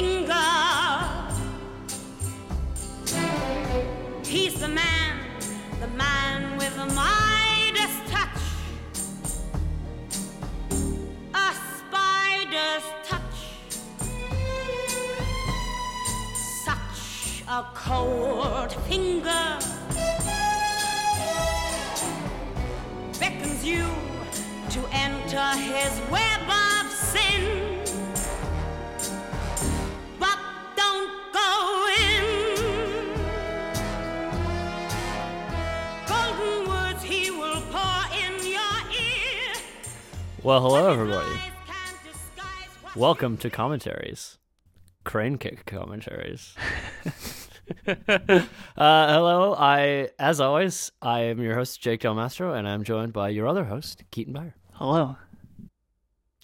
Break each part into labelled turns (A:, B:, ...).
A: Goldfinger. He's the man, the man with the Midas touch. A spider's touch. Such a cold finger beckons you to enter his web of sin. But don't go in. Golden words he will pour in your ear.
B: Well, hello, everybody.
A: His eyes can't disguise what
B: Welcome to commentaries, crane kick commentaries. uh, hello, I as always, I am your host Jake Del Mastro, and I'm joined by your other host Keaton Byer.
C: Hello.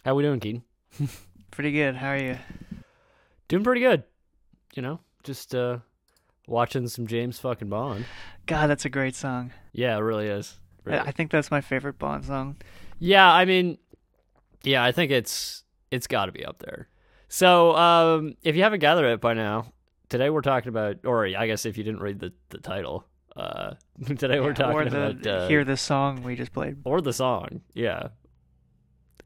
B: How we doing, Keaton?
C: Pretty good. How are you?
B: Doing pretty good. You know, just uh, watching some James fucking Bond.
C: God, that's a great song.
B: Yeah, it really is.
C: I-
B: Really.
C: I think that's my favorite Bond song.
B: Yeah, I mean, yeah, I think it's it's got to be up there. So, um, if you haven't gathered it by now, today we're talking about, or I guess if you didn't read the, the title, uh, today we're talking
C: or the
B: about uh,
C: hear this song we just played.
B: or the song. Yeah,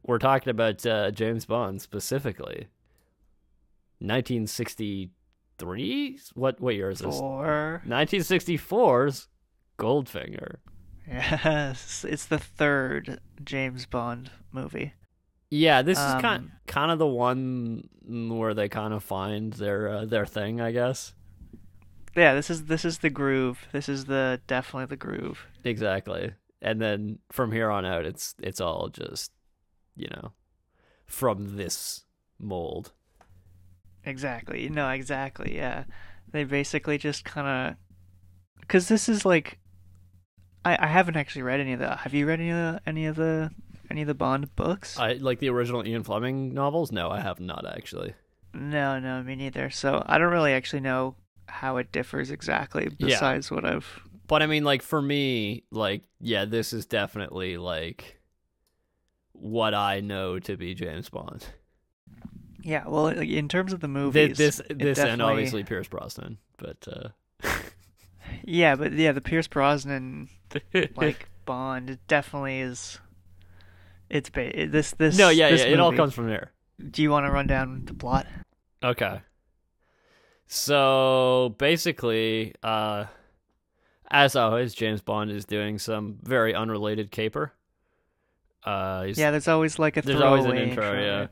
B: we're talking about uh, James Bond specifically, 1963. What what year is this?
C: Four.
B: 1964's Goldfinger.
C: Yes, it's the third James Bond movie.
B: Yeah, this is kind
C: Um,
B: kind of the one where they kind of find their uh, their thing, I guess.
C: Yeah, this is this is the groove. This is the definitely the groove.
B: Exactly. And then from here on out, it's it's all just you know from this mold.
C: Exactly. No, exactly. Yeah. They basically just kind of cuz this is like I I haven't actually read any of the Have you read any of the any of the any of the Bond books?
B: I like the original Ian Fleming novels. No, I have not actually.
C: No, no, me neither. So I don't really actually know how it differs exactly
B: Yeah.
C: besides what I've
B: But I mean, like for me, like yeah, this is definitely like what I know to be James Bond.
C: Yeah, well like, in terms of the
B: Th-
C: movies
B: This
C: it
B: this and
C: definitely-
B: obviously Pierce Brosnan, but uh
C: Yeah, but yeah, the Pierce Brosnan like Bond it definitely is it's ba- it- this this
B: no, yeah, yeah,
C: this
B: it all
C: movie.
B: comes from there.
C: Do you want to run down the plot?
B: Okay. So basically, uh, as always, James Bond is doing some very unrelated caper. Uh, he's,
C: Yeah, there's always like a
B: there's
C: throwaway
B: always an intro, yeah.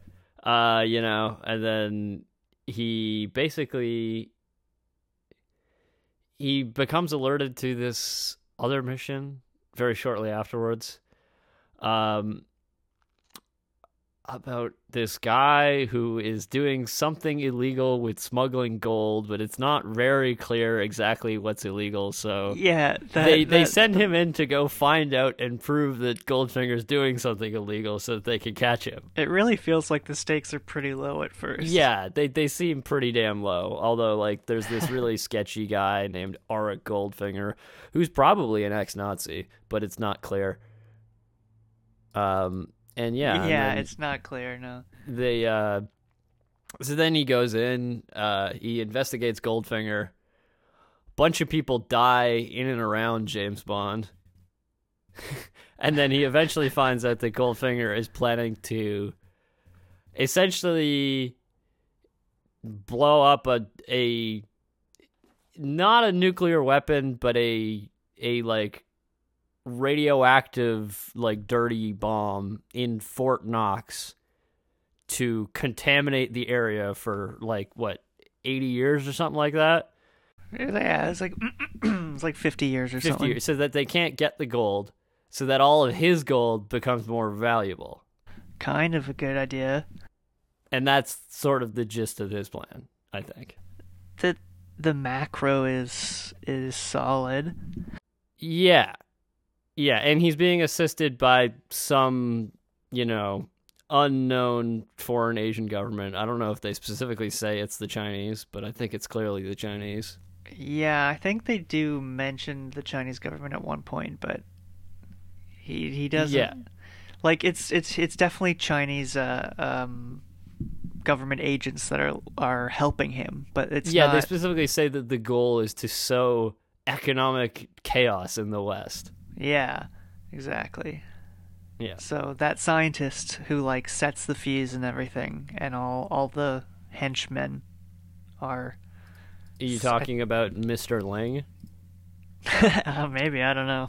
C: right?
B: Uh, you know, and then he basically he becomes alerted to this other mission very shortly afterwards. Um about this guy who is doing something illegal with smuggling gold, but it's not very clear exactly what's illegal, so
C: Yeah, that,
B: they they
C: that-
B: send him in to go find out and prove that Goldfinger's doing something illegal so that they can catch him.
C: it really feels like the stakes are pretty low at first.
B: Yeah, they they seem pretty damn low. Although like there's this really sketchy guy named Arik Goldfinger who's probably an ex-Nazi, but it's not clear. Um and yeah, and
C: yeah,
B: then
C: it's not clear. No,
B: they uh so then he goes in, uh he investigates Goldfinger. Bunch of people die in and around James Bond. and then he eventually finds out that Goldfinger is planning to essentially blow up a a not a nuclear weapon but a a like radioactive like dirty bomb in Fort Knox to contaminate the area for like what 80 years or something like that
C: yeah, it's like it's like fifty years or
B: 50
C: something.
B: years so that they can't get the gold so that all of his gold becomes more valuable
C: Kind of a good idea.
B: and that's sort of the gist of his plan i think
C: That the macro is is solid.
B: Yeah. Yeah, and he's being assisted by some, you know, unknown foreign Asian government. I don't know if they specifically say it's the Chinese, but I think it's clearly the Chinese.
C: Yeah, I think they do mention the Chinese government at one point, but he he doesn't.
B: Yeah.
C: Like it's it's it's definitely Chinese uh, um, government agents that are are helping him, but it's
B: yeah, they
C: not-
B: specifically say that the goal is to sow economic chaos in the West.
C: yeah, exactly.
B: Yeah.
C: So that scientist who like sets the fees and everything, and all all the henchmen are
B: Are you talking about Mr. Lang?
C: uh, maybe I don't know.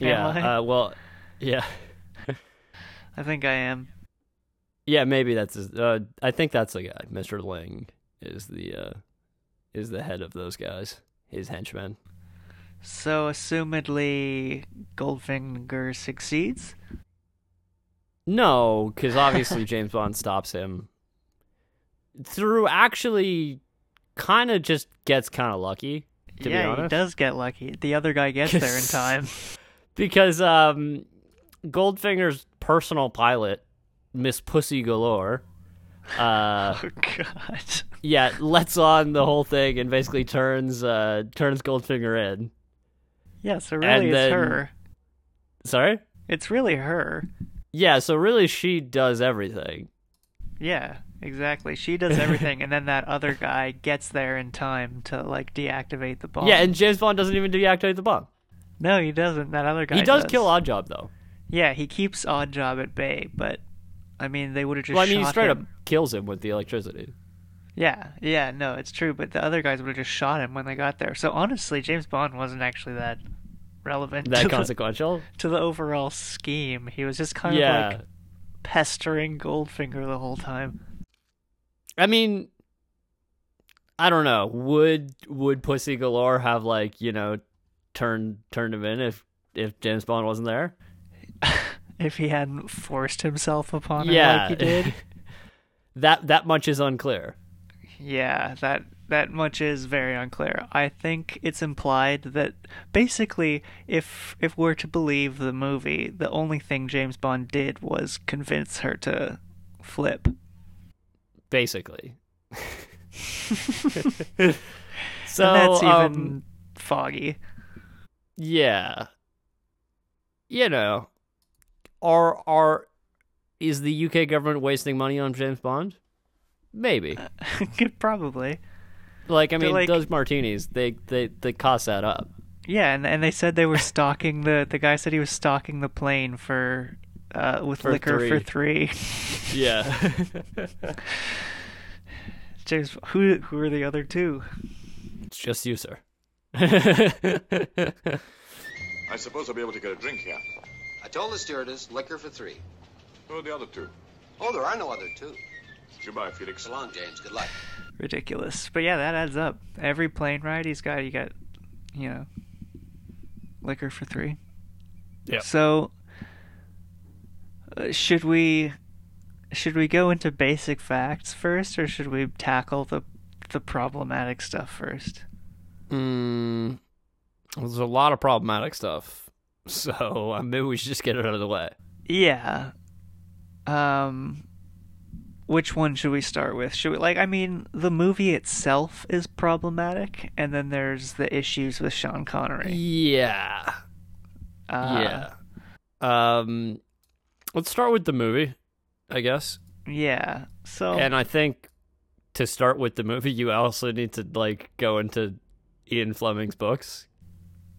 C: Am I?
B: Yeah. Uh, well, yeah.
C: I think I am.
B: Yeah, maybe that's his, uh I think that's the guy. Mr. Lang is the uh is the head of those guys. His henchmen.
C: So assumedly, Goldfinger succeeds.
B: No, cuz obviously James Bond stops him through actually kind of just gets kind of lucky to be
C: yeah,
B: honest.
C: he does get lucky. The other guy gets there in time.
B: because um Goldfinger's personal pilot, Miss Pussy Galore, uh
C: Oh God.
B: yeah, lets on the whole thing and basically turns uh turns Goldfinger in.
C: Yeah, so really,
B: then-
C: it's her.
B: Sorry?
C: It's really her.
B: Yeah, so really she does everything.
C: Yeah, exactly. She does everything, and then that other guy gets there in time to like deactivate the bomb.
B: Yeah, and James Bond doesn't even deactivate the bomb.
C: no, he doesn't. That other guy.
B: he does, kill Oddjob though.
C: Yeah, he keeps Oddjob at bay, but I mean, they would have just.
B: Well, I mean, he
C: shot
B: straight
C: him.
B: up kills him with the electricity.
C: Yeah, yeah, no, it's true. But the other guys would have just shot him when they got there. So honestly, James Bond wasn't actually that relevant to,
B: That
C: the,
B: consequential.
C: to the overall scheme. He was just kind
B: yeah,
C: of like pestering Goldfinger the whole time.
B: I mean, I don't know. Would would Pussy Galore have like you know turned turned him in if if James Bond wasn't there?
C: If he hadn't forced himself upon her
B: yeah,
C: like he did.
B: that that much is unclear.
C: Yeah, that that much is very unclear. I think it's implied that basically if if we're to believe the movie, the only thing James Bond did was convince her to flip.
B: Basically. so
C: and that's even
B: um,
C: foggy.
B: Yeah. You know, are are is the UK government wasting money on James Bond? Maybe.
C: Could probably.
B: Like I mean,
C: Uh, like-
B: those martinis, they they they cost that up.
C: Yeah, and and they said they were stalking the the guy said he was stalking the plane for uh with
B: For
C: liquor for 3.
B: Yeah.
C: James who who are the other two?
B: it's just you, sir.
D: I suppose I'll be able to get a drink here.
E: I told the stewardess, liquor for three.
D: Who are the other two?
E: Oh, there are no other two.
D: Goodbye, Felix.
E: So long, James. Good luck.
C: ridiculous. But yeah, that adds up. Every plane ride he's got, you got, you know, liquor for three.
B: Yep.
C: So uh, should we should we go into basic facts first, or should we tackle the the problematic stuff first?
B: mm, there's a lot of problematic stuff. So uh, maybe we should just get it out of the way.
C: Yeah. Um. Which one should we start with? Should we like? I mean, the movie itself is problematic, and then there's the issues with Sean Connery.
B: Yeah.
C: Uh,
B: yeah. Um, let's start with the movie, I guess.
C: Yeah. So
B: And I think to start with the movie, you also need to like go into Ian Fleming's books.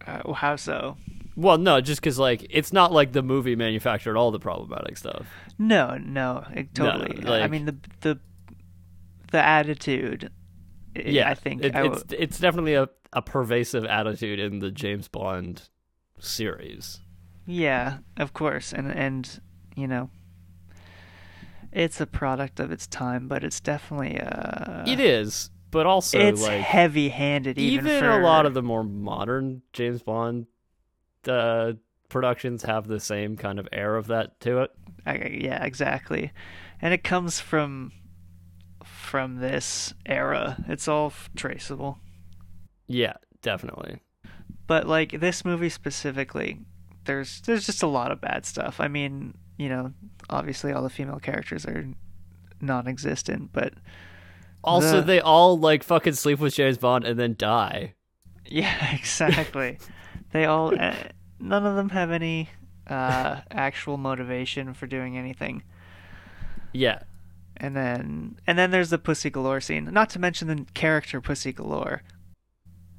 C: Uh, how so?
B: Well, no, just because like it's not like the movie manufactured all the problematic stuff.
C: No, no, it, totally. I
B: like-
C: mean the the the attitude. i-
B: Yeah,
C: I think
B: it,
C: I
B: it's
C: w-
B: it's definitely a, a pervasive attitude in the James Bond series.
C: yeah, of course, and and you know, it's a product of its time, but it's definitely uh,
B: it is, but also
C: it's
B: like
C: heavy-handed even,
B: even,
C: for
B: a lot of the more modern James Bond uh, productions have the same kind of air of that to it.
C: I- yeah, exactly, and it comes from from this era. It's all f- traceable.
B: Yeah, definitely.
C: but like this movie specifically there's there's just a lot of bad stuff i mean you know obviously all the female characters are non-existent but
B: Also,
C: The-
B: they all like fucking sleep with James Bond and then die.
C: yeah exactly they all uh, none of them have any uh actual motivation for doing anything
B: Yeah,
C: and then and then there's the pussy galore scene. Not to mention the character pussy galore.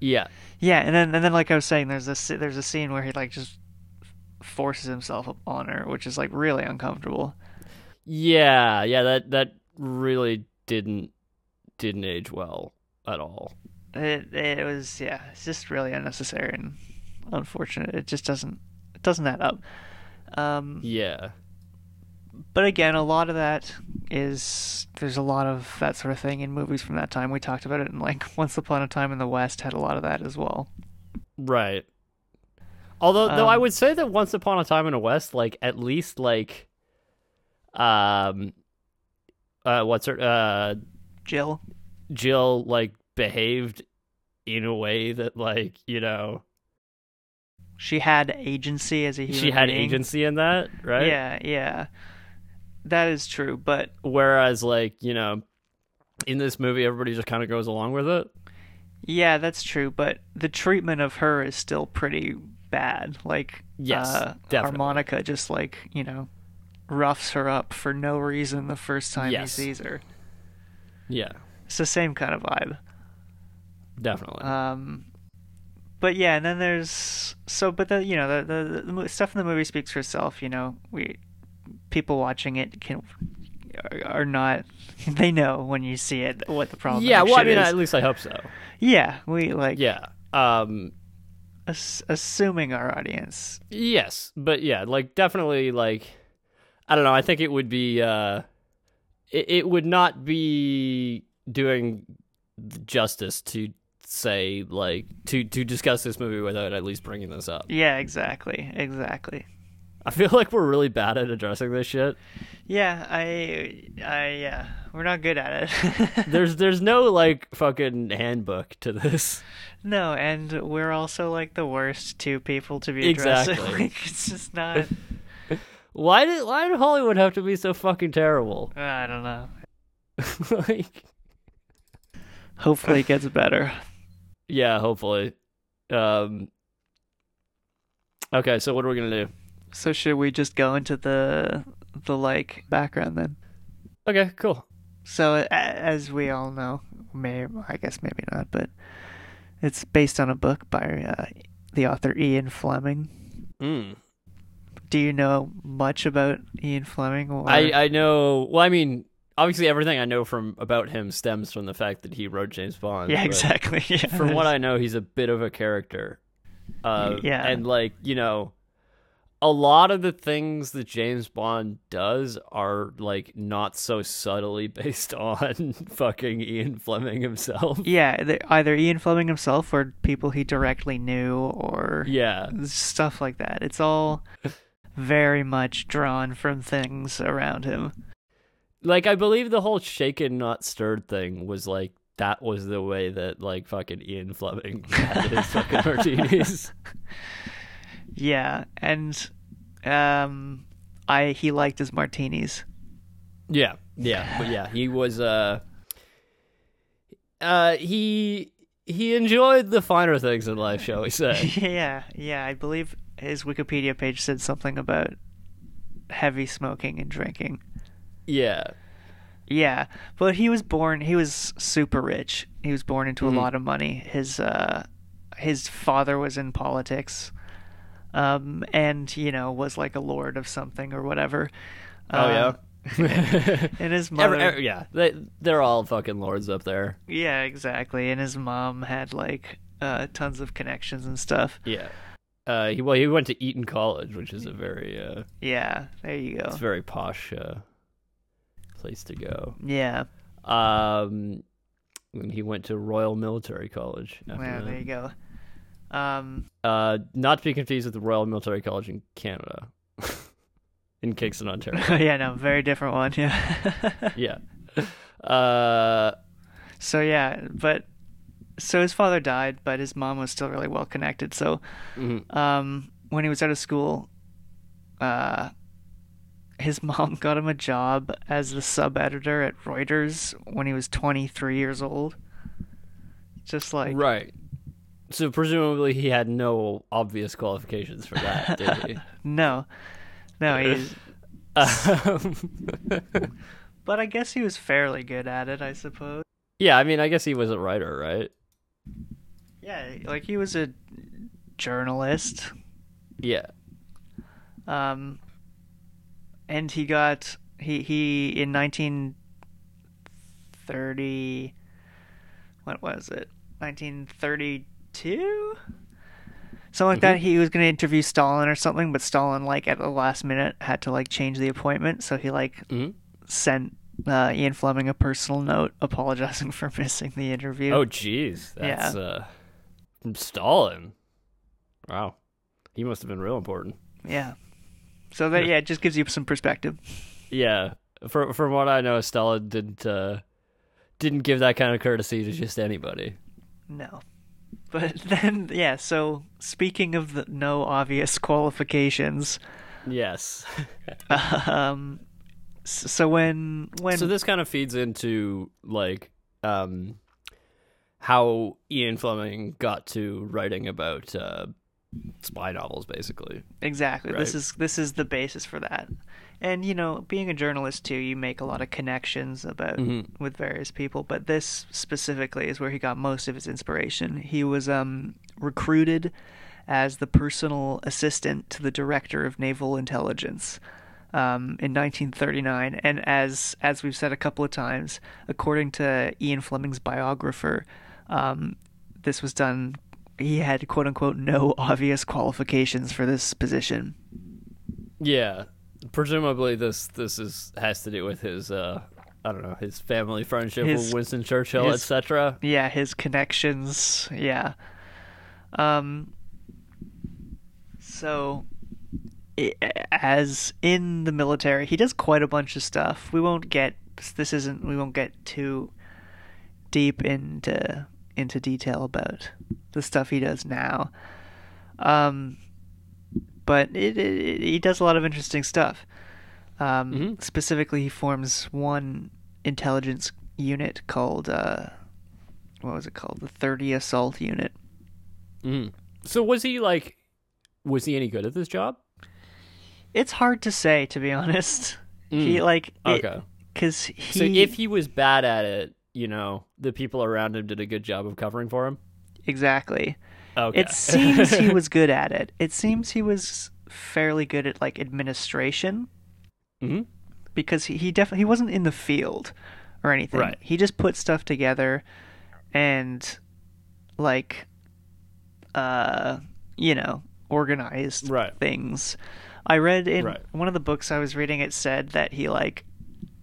B: Yeah.
C: Yeah, and then and then like I was saying, there's this there's a scene where he like just forces himself on her, which is like really uncomfortable.
B: Yeah, yeah, that that really didn't didn't age well at all.
C: It it was yeah, it's just really unnecessary and unfortunate. It just doesn't it doesn't add up. Um,
B: Yeah.
C: but again, a lot of that is there's a lot of that sort of thing in movies from that time. We talked about it, and like Once Upon a Time in the West had a lot of that as well.
B: Right. Although though I
C: Um,
B: would say that Once Upon a Time in the West, like at least like um uh what's her uh
C: Jill,
B: Jill like behaved in a way that like, you know,
C: she had agency as a human.
B: she had
C: being.
B: agency in that, right?
C: Yeah, yeah, that is true. But
B: Whereas like, you know, in this movie everybody just kind of goes along with it.
C: Yeah, that's true, but the treatment of her is still pretty bad. Like,
B: Yes,
C: uh,
B: definitely.
C: Harmonica just like you know roughs her up for no reason the first time
B: Yes.
C: he sees her.
B: Yeah,
C: It's the same kind of vibe.
B: definitely.
C: Um, but yeah, and then there's so, but the you know the the, the mo- stuff in the movie speaks for itself. You know, we people watching it can are, are not they know when you see it what the problem.
B: yeah, well I mean
C: is.
B: at least I hope so.
C: yeah, we like
B: Yeah. Um
C: ass- assuming our audience
B: Yes, but yeah, like definitely like I don't know, I think it would be uh it, it would not be doing justice to say like to to discuss this movie without at least bringing this up.
C: Yeah, exactly, exactly.
B: I feel like we're really bad at addressing this shit.
C: Yeah, I, I, yeah, we're not good at it.
B: There's there's no like fucking handbook to this.
C: no, and we're also like the worst two people to be addressing.
B: Exactly.
C: Like, it's just not.
B: Why did why did Hollywood have to be so fucking terrible?
C: I don't know.
B: like
C: Hopefully, it gets better.
B: yeah, hopefully. Um Okay, so what are we going to do?
C: So, should we just go into the the like background then?
B: Okay, cool.
C: So, a- as we all know, may I guess maybe not, but it's based on a book by uh, the author Ian Fleming.
B: Mm.
C: Do you know much about Ian Fleming? Or...
B: I I know. Well, I mean, obviously everything I know from about him stems from the fact that he wrote James Bond.
C: Yeah,
B: but
C: exactly. Yeah,
B: From what I know, he's a bit of a character. Uh,
C: Yeah.
B: and like you know, a lot of the things that James Bond does are like not so subtly based on fucking Ian Fleming himself.
C: yeah, the- either Ian Fleming himself or people he directly knew or
B: Yeah,
C: stuff like that. It's all very much drawn from things around him.
B: like I believe the whole shaken not stirred thing was like that was the way that like fucking Ian Fleming had his fucking martinis.
C: Yeah, and um, I he liked his martinis.
B: Yeah, yeah, but yeah, he was uh, uh, he he enjoyed the finer things in life, shall we say?
C: yeah, yeah, I believe his Wikipedia page said something about heavy smoking and drinking.
B: yeah,
C: Yeah, but he was born. He was super rich. He was born
B: Mm.
C: into a lot of money. His uh, his father was in politics, um, and you know was like a lord of something or whatever.
B: oh yeah,
C: Um, And his mother,
B: Every- every- yeah, they they're all fucking lords up there.
C: yeah, exactly. And his mom had like uh, tons of connections and stuff.
B: Yeah, uh, he well he went to Eton College, which is a very uh,
C: Yeah, there you go.
B: it's a very posh uh, place to go.
C: Yeah,
B: Um, and he went to Royal Military College. After
C: yeah,
B: that.
C: there you go. Um,
B: Uh, not to be confused with the Royal Military College in Canada, in Kingston, Ontario.
C: yeah, no, very different one. Yeah.
B: yeah. Uh,
C: So yeah, but so his father died, but his mom was still really well connected. So
B: Mm-hmm.
C: um, when he was out of school, uh, his mom got him a job as the sub editor at Reuters when he was 23 years old. Just like
B: right. So presumably he had no obvious qualifications for that, did he?
C: no, no, he's
B: Um,
C: But I guess he was fairly good at it, I suppose.
B: Yeah, I mean, I guess he was a writer, right?
C: Yeah, like he was a journalist.
B: Yeah.
C: Um, and he got he he in 1930. What was it? 1932. Something like that. He was going to interview Stalin or something, but Stalin, like at the last minute, had to like change the appointment. So he like
B: Mhm.
C: sent uh, Ian Fleming a personal note apologizing for missing the interview.
B: Oh, jeez. That's
C: Yeah.
B: uh, from Stalin. Wow. He must have been real important.
C: yeah. So that yeah, it just gives you some perspective.
B: Yeah. From from what I know, Stalin didn't uh, didn't give that kind of courtesy to just anybody.
C: No. But then, yeah, so speaking of the no obvious qualifications,
B: Yes.
C: um, s- so when, when,
B: so this kind of feeds into like um how Ian Fleming got to writing about uh, spy novels, basically.
C: exactly, this
B: right.
C: is, this is the basis for that. And, you know, being a journalist too, you make a lot of connections about, with various people, but this specifically is where he got most of his inspiration. He was, um, recruited as the personal assistant to the director of naval intelligence. um, in 1939, and as as we've said a couple of times, according to Ian Fleming's biographer, um, this was done. He had quote unquote no obvious qualifications for this position.
B: Yeah, presumably this this is has to do with his uh I don't know his family friendship
C: His-
B: with Winston Churchill,
C: his-
B: etc.
C: Yeah, his connections. Yeah. Um. So, i- as in the military, he does quite a bunch of stuff. We won't get this isn't we won't get too deep into into detail about the stuff he does now. Um, but it, it, it- he does a lot of interesting stuff. Um,
B: Mhm.
C: Specifically, he forms one intelligence unit called uh, what was it called? The 30 Assault Unit.
B: Mm. So was he like was he any good at this job?
C: It's hard to say, to be honest. He like it-
B: Mm. Okay.
C: cause he
B: so if he was bad at it, you know, the people around him did a good job of covering for him.
C: exactly.
B: Okay.
C: It seems he was good at it. It seems he was fairly good at like administration
B: Mhm.
C: because he, he definitely he wasn't in the field or anything.
B: Right.
C: He just put stuff together and like uh you know, organized
B: Right.
C: things. I read in
B: Right.
C: one of the books I was reading it said that he like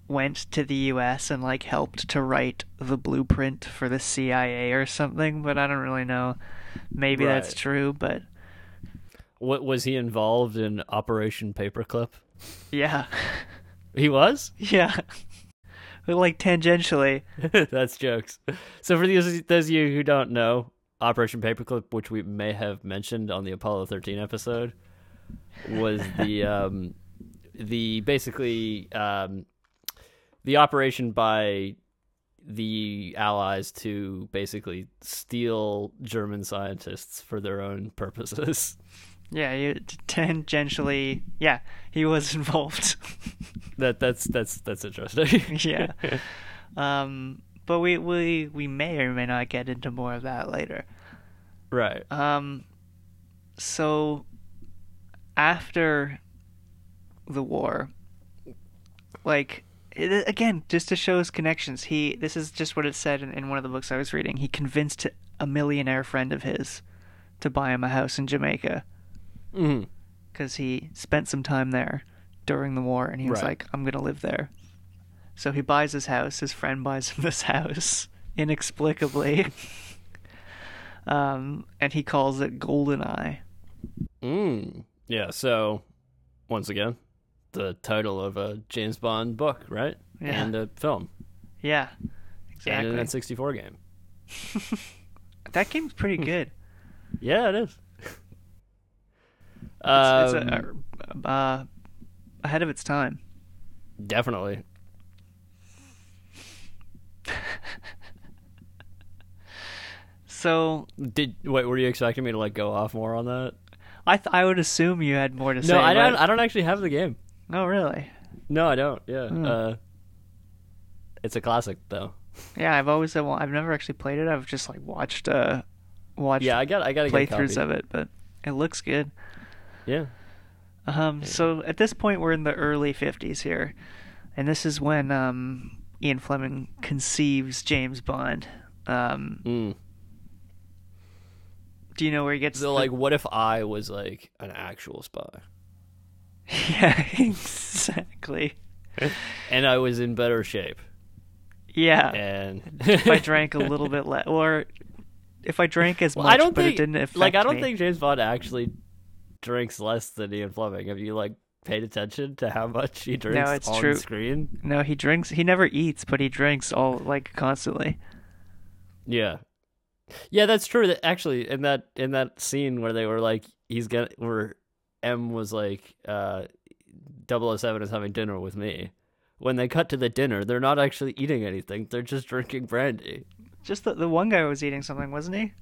C: went to the US and like helped to write the blueprint for the CIA or something, but I don't really know. Maybe that's
B: Right.
C: true, but
B: What was he involved in Operation Paperclip?
C: yeah.
B: He was?
C: yeah. But, like tangentially.
B: That's jokes. So for those those of you who don't know, Operation Paperclip, which we may have mentioned on the Apollo 13 episode, was the um, the basically um, the operation by the Allies to basically steal German scientists for their own purposes.
C: Yeah, you t- tangentially. Yeah, he was involved.
B: That that's that's that's interesting.
C: yeah. Um but we, we we may or may not get into more of that later.
B: right.
C: Um, so after the war, like it, again, just to show his connections, he this is just what it said in, in one of the books I was reading. He convinced a millionaire friend of his to buy him a house in Jamaica
B: Mhm.
C: because he spent some time there during the war, and he was
B: Right.
C: like, "I'm gonna live there." So he buys his house. His friend buys him this house inexplicably, um, and he calls it Goldeneye.
B: Mm. Yeah, so once again, the title of a James Bond book, right?
C: Yeah.
B: And a film.
C: Yeah,
B: And an
C: exactly.
B: N64 game.
C: That game's
B: Hmm.
C: pretty good.
B: Yeah, it is.
C: It's,
B: Um,
C: it's a, uh, uh, ahead of its time.
B: definitely.
C: So
B: Did wait? Were you expecting me to like go off more on that?
C: I th- I would assume you had more to say. oh,
B: no, I don't.
C: but-
B: I don't actually have the game.
C: Oh, really?
B: No, I don't. Yeah. Uh, It's a classic though.
C: Yeah, I've always said, well, I've never actually played it. I've just like watched uh watched
B: Yeah, I got I got to get a
C: playthroughs
B: copy.
C: of it, but it looks good.
B: Yeah.
C: Um, so at this point, we're in the early '50s here, and this is when um, Ian Fleming conceives James Bond. Um,
B: Mm.
C: do you know where he gets
B: So
C: the-
B: like, what if I was like an actual spy
C: yeah, exactly.
B: and I was in better shape
C: Yeah,
B: and
C: if I drank a little bit less, or if I drank as
B: Well,
C: much,
B: I don't
C: but
B: think
C: it didn't affect
B: like I don't
C: me.
B: think James Bond actually drinks less than Ian Fleming. Have you like paid attention to how much he drinks
C: it's
B: on
C: true.
B: screen?
C: No, he drinks. He never eats, but he drinks all like constantly.
B: Yeah, yeah, that's true. That actually in that in that scene where they were like he's gonna where M was like uh 007 is having dinner with me. When they cut to the dinner, they're not actually eating anything. They're just drinking brandy.
C: Just the the one guy was eating something, wasn't he?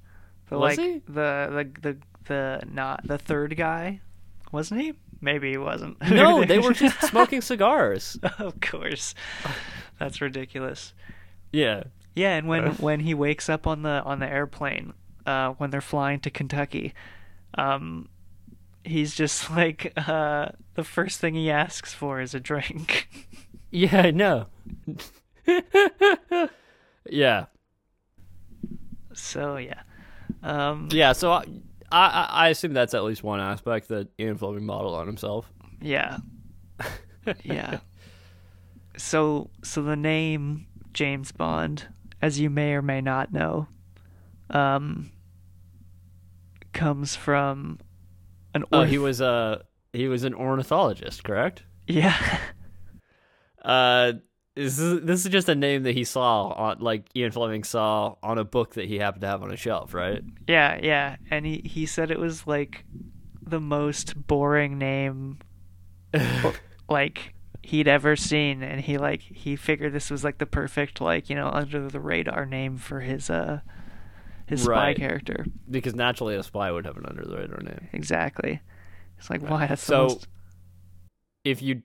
C: The,
B: Was
C: like,
B: he?
C: The the the the not the third guy, wasn't he? Maybe he wasn't.
B: No, they were just smoking cigars.
C: of course, that's ridiculous.
B: Yeah.
C: Yeah, and when when he wakes up on the on the airplane, uh, when they're flying to Kentucky, um, he's just like uh, the first thing he asks for is a drink.
B: Yeah, I know. yeah.
C: so yeah, um,
B: Yeah, so I, I I assume that's at least one aspect that Ian Fleming modeled on himself.
C: yeah, yeah. So so the name James Bond, as you may or may not know, um, comes from an
B: Oh,
C: orth-
B: he was uh he was an ornithologist, correct?
C: yeah.
B: Uh, this is this is just a name that he saw on like Ian Fleming saw on a book that he happened to have on a shelf, right?
C: Yeah, yeah. And he, he said it was like the most boring name like he'd ever seen and he like he figured this was like the perfect like, you know, under the radar name for his uh his spy
B: Right.
C: character.
B: because naturally a spy would have an under the radar name.
C: Exactly. It's like why that's
B: So-
C: the most...
B: If you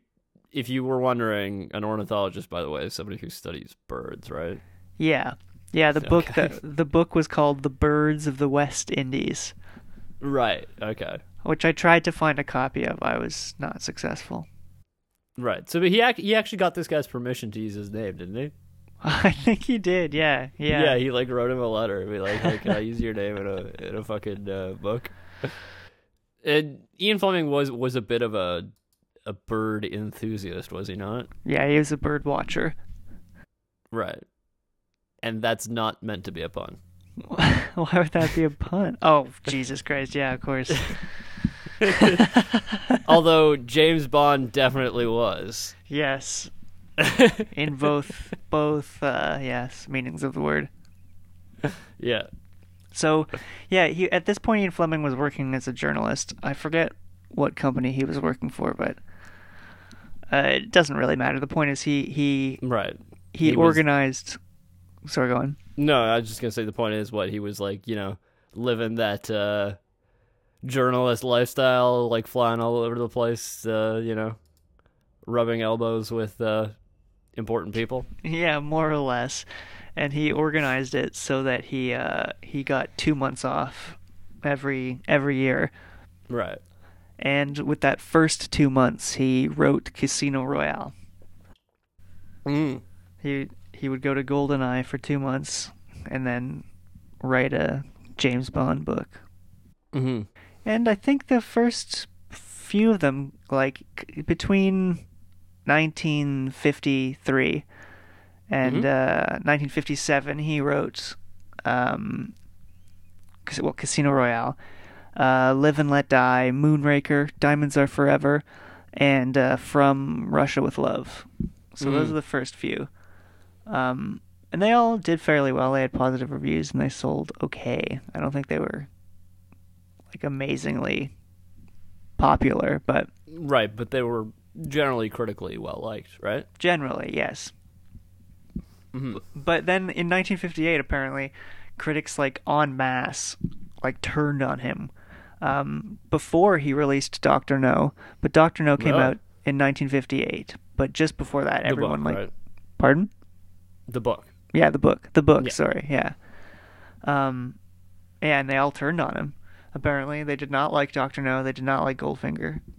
B: if you were wondering, an ornithologist, by the way, is somebody who studies birds, right?
C: Yeah. Yeah, the book
B: Okay.
C: that the book was called The Birds of the West Indies,
B: Right. Okay.
C: which I tried to find a copy of. I was not successful.
B: Right. So but he ac- he actually got this guy's permission to use his name, didn't he?
C: I think you did. Yeah. Yeah.
B: Yeah, he like wrote him a letter and be like, "Hey, can I use your name in a in a fucking uh, book?" And Ian Fleming was was a bit of a a bird enthusiast, was he not?
C: yeah, he was a bird watcher.
B: Right. And that's not meant to be a pun.
C: Why would that be a pun? Oh, Jesus Christ. Yeah, of course.
B: Although James Bond definitely was.
C: yes. In both both uh yes, meanings of the word.
B: Yeah.
C: So, yeah, he at this point Ian Fleming was working as a journalist. I forget what company he was working for, but uh, it doesn't really matter. The point is he he
B: Right.
C: he,
B: He was-
C: organized Sorry, go on.
B: No, I was just gonna say the point is what he was like, you know, living that uh, journalist lifestyle, like flying all over the place, uh, you know, rubbing elbows with uh, important people.
C: Yeah, more or less. And he organized it so that he uh he got 2 months off every every year.
B: Right.
C: and with that first two months, he wrote Casino Royale.
B: Mm.
C: He he would go to GoldenEye for two months, and then write a James Bond book.
B: hmm
C: And I think the first few of them, like c- between 1953 and uh, 1957, he wrote, um, cas- well, Casino Royale, uh, Live and Let Die, Moonraker, Diamonds Are Forever, and uh, From Russia with Love. So those are the first few. Um, and they all did fairly well. They had positive reviews and they sold okay. I don't think they were like amazingly popular, but
B: Right, but they were generally critically well liked, right?
C: generally, yes.
B: Mhm.
C: But then in 1958, apparently, critics like en masse like turned on him um, before he released Doctor No. But Doctor No came
B: Really?
C: out in 1958. But just before that,
B: Oh.
C: everyone
B: the book,
C: like,
B: right?
C: pardon?
B: The book.
C: Yeah, the book. The book,
B: Yeah.
C: sorry. Yeah. Um yeah, and they all turned on him. Apparently, they did not like Dr. No, they did not like Goldfinger.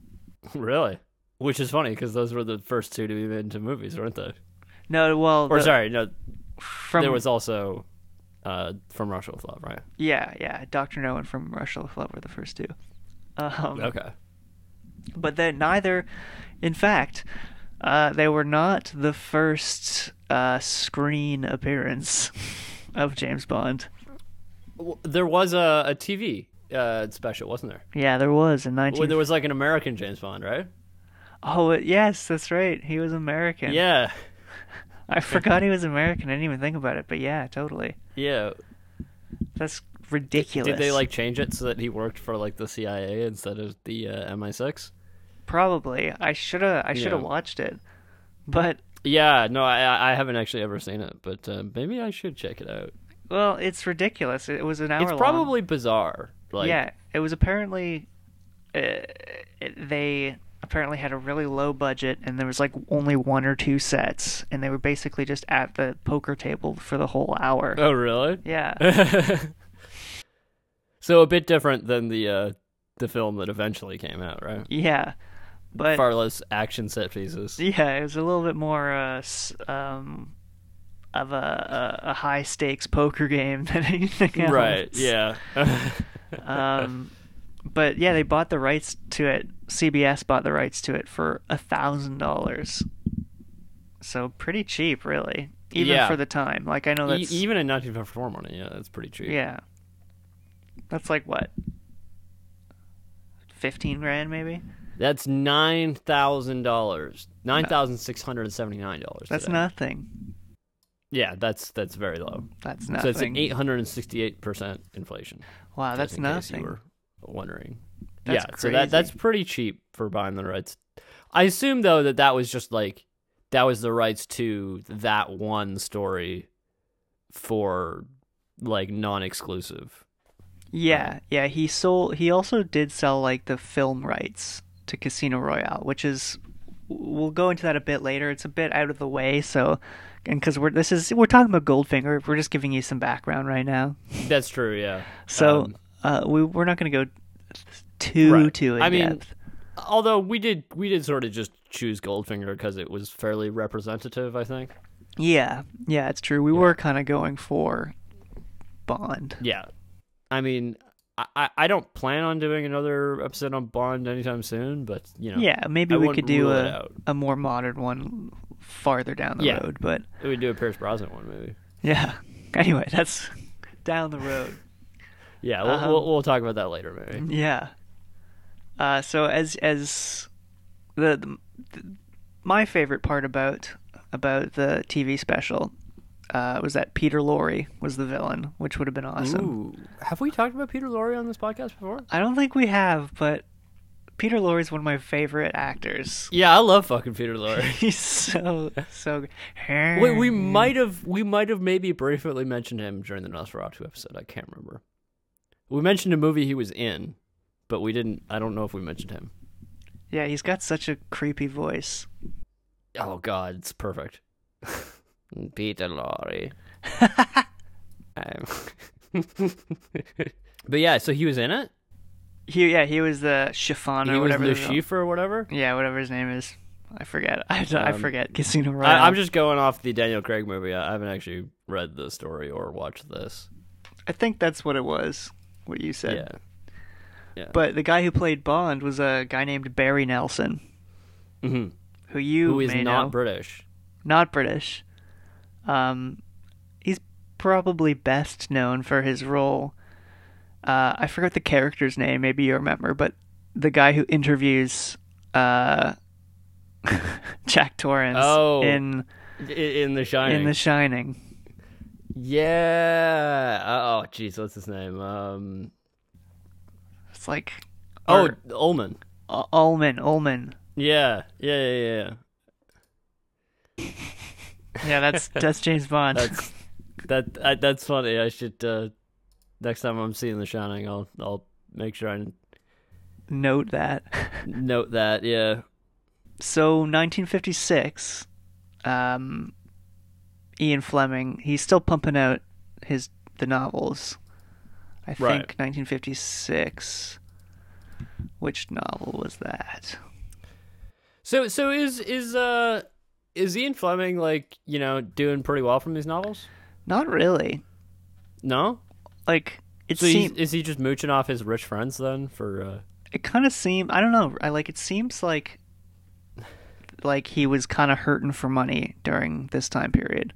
B: Really? Which is funny because those were the first two to be made into movies, weren't they?
C: No, well,
B: Or
C: the-
B: sorry, no,
C: from
B: there was also uh, from Russia with Love, right?
C: yeah, yeah, Dr. No and from Russia with Love were the first two. Um,
B: Okay.
C: but then neither in fact uh, they were not the first uh, screen appearance of james bond
B: W- There was a, a TV uh, special, wasn't there?
C: yeah there was in 19
B: Well, there was like an American James Bond, right?
C: oh it- yes that's right he was american
B: Yeah,
C: i forgot he was american i didn't even think about it but yeah totally
B: yeah.
C: that's ridiculous
B: Did they like change it so that he worked for like the CIA instead of the uh, MI6?
C: probably i should have i should have
B: Yeah.
C: watched it but
B: Yeah, no, I- I I haven't actually ever seen it, but uh, maybe I should check it out.
C: well it's ridiculous it was an hour
B: It's
C: long.
B: probably bizarre. Like,
C: yeah, it was apparently uh, it- they apparently had a really low budget, and there was like only one or two sets, and they were basically just at the poker table for the whole hour.
B: Oh, really?
C: Yeah,
B: so a bit different than the uh, the film that eventually came out, right?
C: yeah, but
B: Far less action set pieces.
C: yeah, it was a little bit more uh, s- um, of a, a, a high stakes poker game than anything else.
B: Right. Yeah.
C: Um, but yeah, they bought the rights to it. CBS bought the rights to it for a thousand dollars. So pretty cheap, really, even
B: Yeah.
C: for the time. Like I know
B: E-
C: that's
B: even in 1954 money, yeah, that's pretty cheap.
C: yeah, that's like what fifteen grand maybe.
B: That's nine thousand dollars, nine thousand six hundred seventy nine dollars.
C: That's nothing.
B: Yeah, that's that's very low.
C: That's
B: So it's
C: nothing.
B: an 868 percent inflation.
C: wow, that's
B: just in case
C: nothing.
B: You were wondering.
C: That's
B: yeah, so that that's
C: crazy.
B: pretty cheap for buying the rights. I assume though that that was just like that was the rights to that one story for like non-exclusive.
C: Yeah, yeah. He sold. He also did sell like the film rights to Casino Royale, which is we'll go into that a bit later. It's a bit out of the way, so and because we're this is we're talking about Goldfinger, we're just giving you some background right now.
B: That's true. Yeah.
C: So
B: Um,
C: uh, we we're not going to go too
B: Right.
C: too in
B: I mean,
C: depth.
B: although we did we did sort of just choose Goldfinger because it was fairly representative. I think.
C: Yeah, yeah, it's true. We were kind of going for Bond.
B: Yeah. I mean, I- I I don't plan on doing another episode on Bond anytime soon, but you know.
C: Yeah, maybe
B: I
C: we
B: wouldn't
C: could do
B: rule it
C: a
B: out.
C: a more modern one farther down the
B: Yeah.
C: road, but.
B: We would do a Pierce Brosnan one maybe.
C: Yeah. Anyway, that's down the road.
B: Yeah,
C: Uh-huh.
B: we'll, we'll we'll talk about that later maybe.
C: Yeah. Uh, so as as the, the, the- my favorite part about about the TV special uh, was that Peter Lorre was the villain, which would have been awesome.
B: Ooh, have we talked about Peter Lorre on this podcast before?
C: I don't think we have, but Peter Lorre is one of my favorite actors.
B: Yeah, I love fucking Peter Lorre.
C: He's so so.
B: we we might have we might have maybe briefly mentioned him during the Nosferatu episode. I can't remember. We mentioned a movie he was in, but we didn't. I don't know if we mentioned him.
C: Yeah, he's got such a creepy voice.
B: Oh God, it's perfect. Peter Lorre. Um, but yeah, so he was in it.
C: He yeah he was the chiffon
B: He
C: or
B: was
C: whatever.
B: Le
C: the-
B: Chiffre or whatever.
C: Yeah, whatever his name is. I forget. I, I
B: Um,
C: forget Casino Royale.
B: I, I'm just going off the Daniel Craig movie. I haven't actually read the story or watched this.
C: I think that's what it was. What you said.
B: Yeah.
C: But the guy who played Bond was a guy named Barry Nelson,
B: hmm
C: who you
B: Who is
C: may
B: not
C: know.
B: British?
C: not British. Um, he's probably best known for his role. Uh, I forgot the character's name. Maybe you remember, but the guy who interviews uh, Jack Torrance
B: Oh.
C: in
B: I- In The Shining.
C: in The Shining.
B: yeah. Oh, jeez, what's his name? Um.
C: It's like
B: Oh,
C: Or-
B: Ullman.
C: uh, Ullman. Ullman.
B: Yeah. Yeah. Yeah. Yeah. yeah.
C: Yeah, that's that's James Bond.
B: That's that. I, that's funny. I should. Uh, next time I'm seeing The Shining, I'll I'll make sure I
C: Note that.
B: note that. Yeah.
C: So 1956, um, Ian Fleming, he's still pumping out his the novels. I
B: Right.
C: think 1956. Which novel was that?
B: So so is is uh is Ian Fleming like you know doing pretty well from these novels?
C: Not really.
B: No.
C: Like it
B: So he's,
C: seemed
B: is he just mooching off his rich friends then for? uh
C: it kind of seemed I don't know. I like it seems like like he was kind of hurting for money during this time period.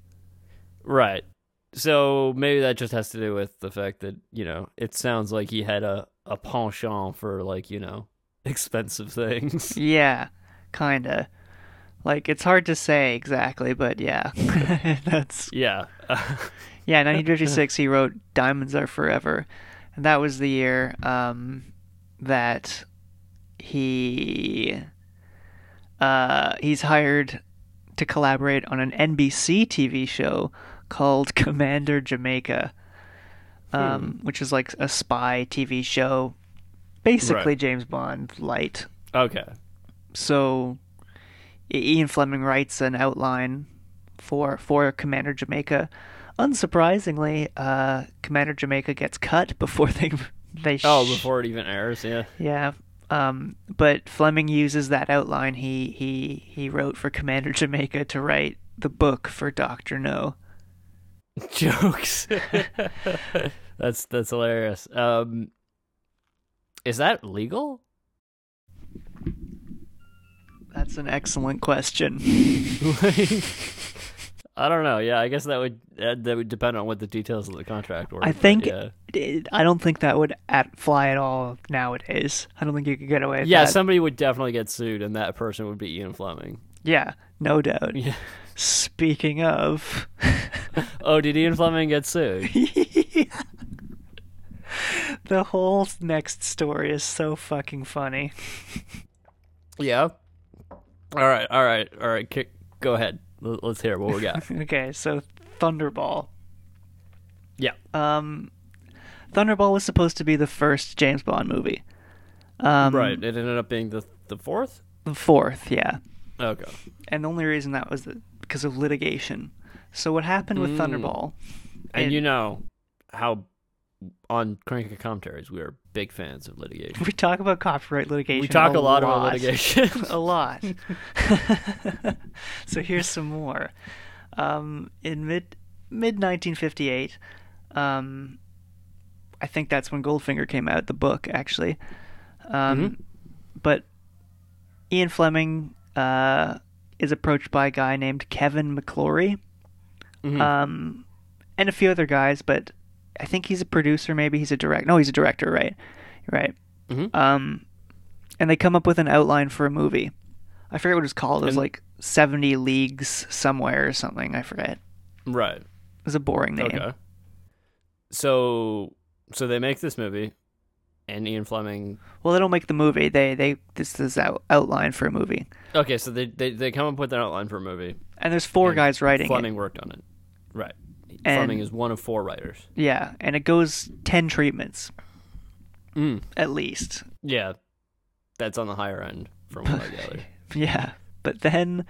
B: Right. So maybe that just has to do with the fact that you know it sounds like he had a a penchant for like you know expensive things.
C: Yeah, kind of. Like it's hard to say exactly, but yeah. That's
B: yeah.
C: Yeah, 1956, he wrote Diamonds Are Forever. And that was the year um, that he uh, he's hired to collaborate on an NBC TV show called Commander Jamaica, um, which is like a spy TV show, basically
B: Right.
C: James Bond light.
B: okay.
C: So I- Ian Fleming writes an outline for for Commander Jamaica. Unsurprisingly, uh, Commander Jamaica gets cut before they they sh-
B: Oh, before it even airs. Yeah.
C: yeah. Um, but Fleming uses that outline he he he wrote for Commander Jamaica to write the book for Doctor No.
B: jokes. that's that's hilarious. Um, is that legal?
C: That's an excellent question.
B: I don't know. Yeah, I guess that would that, that would depend on what the details of the contract were.
C: I
B: but
C: think
B: yeah,
C: it- I don't think that would at fly at all nowadays. I don't think you could get away with
B: yeah,
C: that.
B: somebody would definitely get sued, and that person would be Ian Fleming.
C: yeah, no doubt.
B: Yeah.
C: Speaking of,
B: Oh, did Ian Fleming get sued?
C: the whole next story is so fucking funny.
B: yeah. All right, all right, all right. Kick, go ahead. L- let's hear what we got.
C: Okay, so Thunderball.
B: yeah.
C: Um, Thunderball was supposed to be the first James Bond movie. Um,
B: right. It ended up being the the fourth.
C: The fourth, yeah.
B: Okay.
C: And the only reason that was the, because of litigation. So what happened with
B: Mm.
C: Thunderball?
B: And,
C: And-
B: you know how on Crank and Commentaries we are big fans of litigation.
C: We talk about copyright litigation.
B: We talk a lot, about litigation.
C: a lot. so here's some more. Um, in mid mid 1958, um, I think that's when Goldfinger came out, the book actually. Um, But Ian Fleming uh, is approached by a guy named Kevin McClory, um, and a few other guys, but I think he's a producer. Maybe he's a director. No, he's a director, right? Right. Um, and they come up with an outline for a movie. I forget what it was called. It was
B: And-
C: like 70 Leagues Somewhere or something. I forget. It
B: right.
C: was a boring name.
B: Okay. So so they make this movie and Ian Fleming
C: Well, they don't make the movie. They they this is out, outline for a movie.
B: Okay, so they, they they come up with an outline for a movie.
C: And there's four
B: And
C: guys writing
B: Fleming
C: it.
B: worked on it. Right.
C: And-
B: Fleming is one of four writers.
C: Yeah, and it goes 10 treatments
B: Mm.
C: at least.
B: Yeah. That's on the higher end from what I gather.
C: Yeah, but then,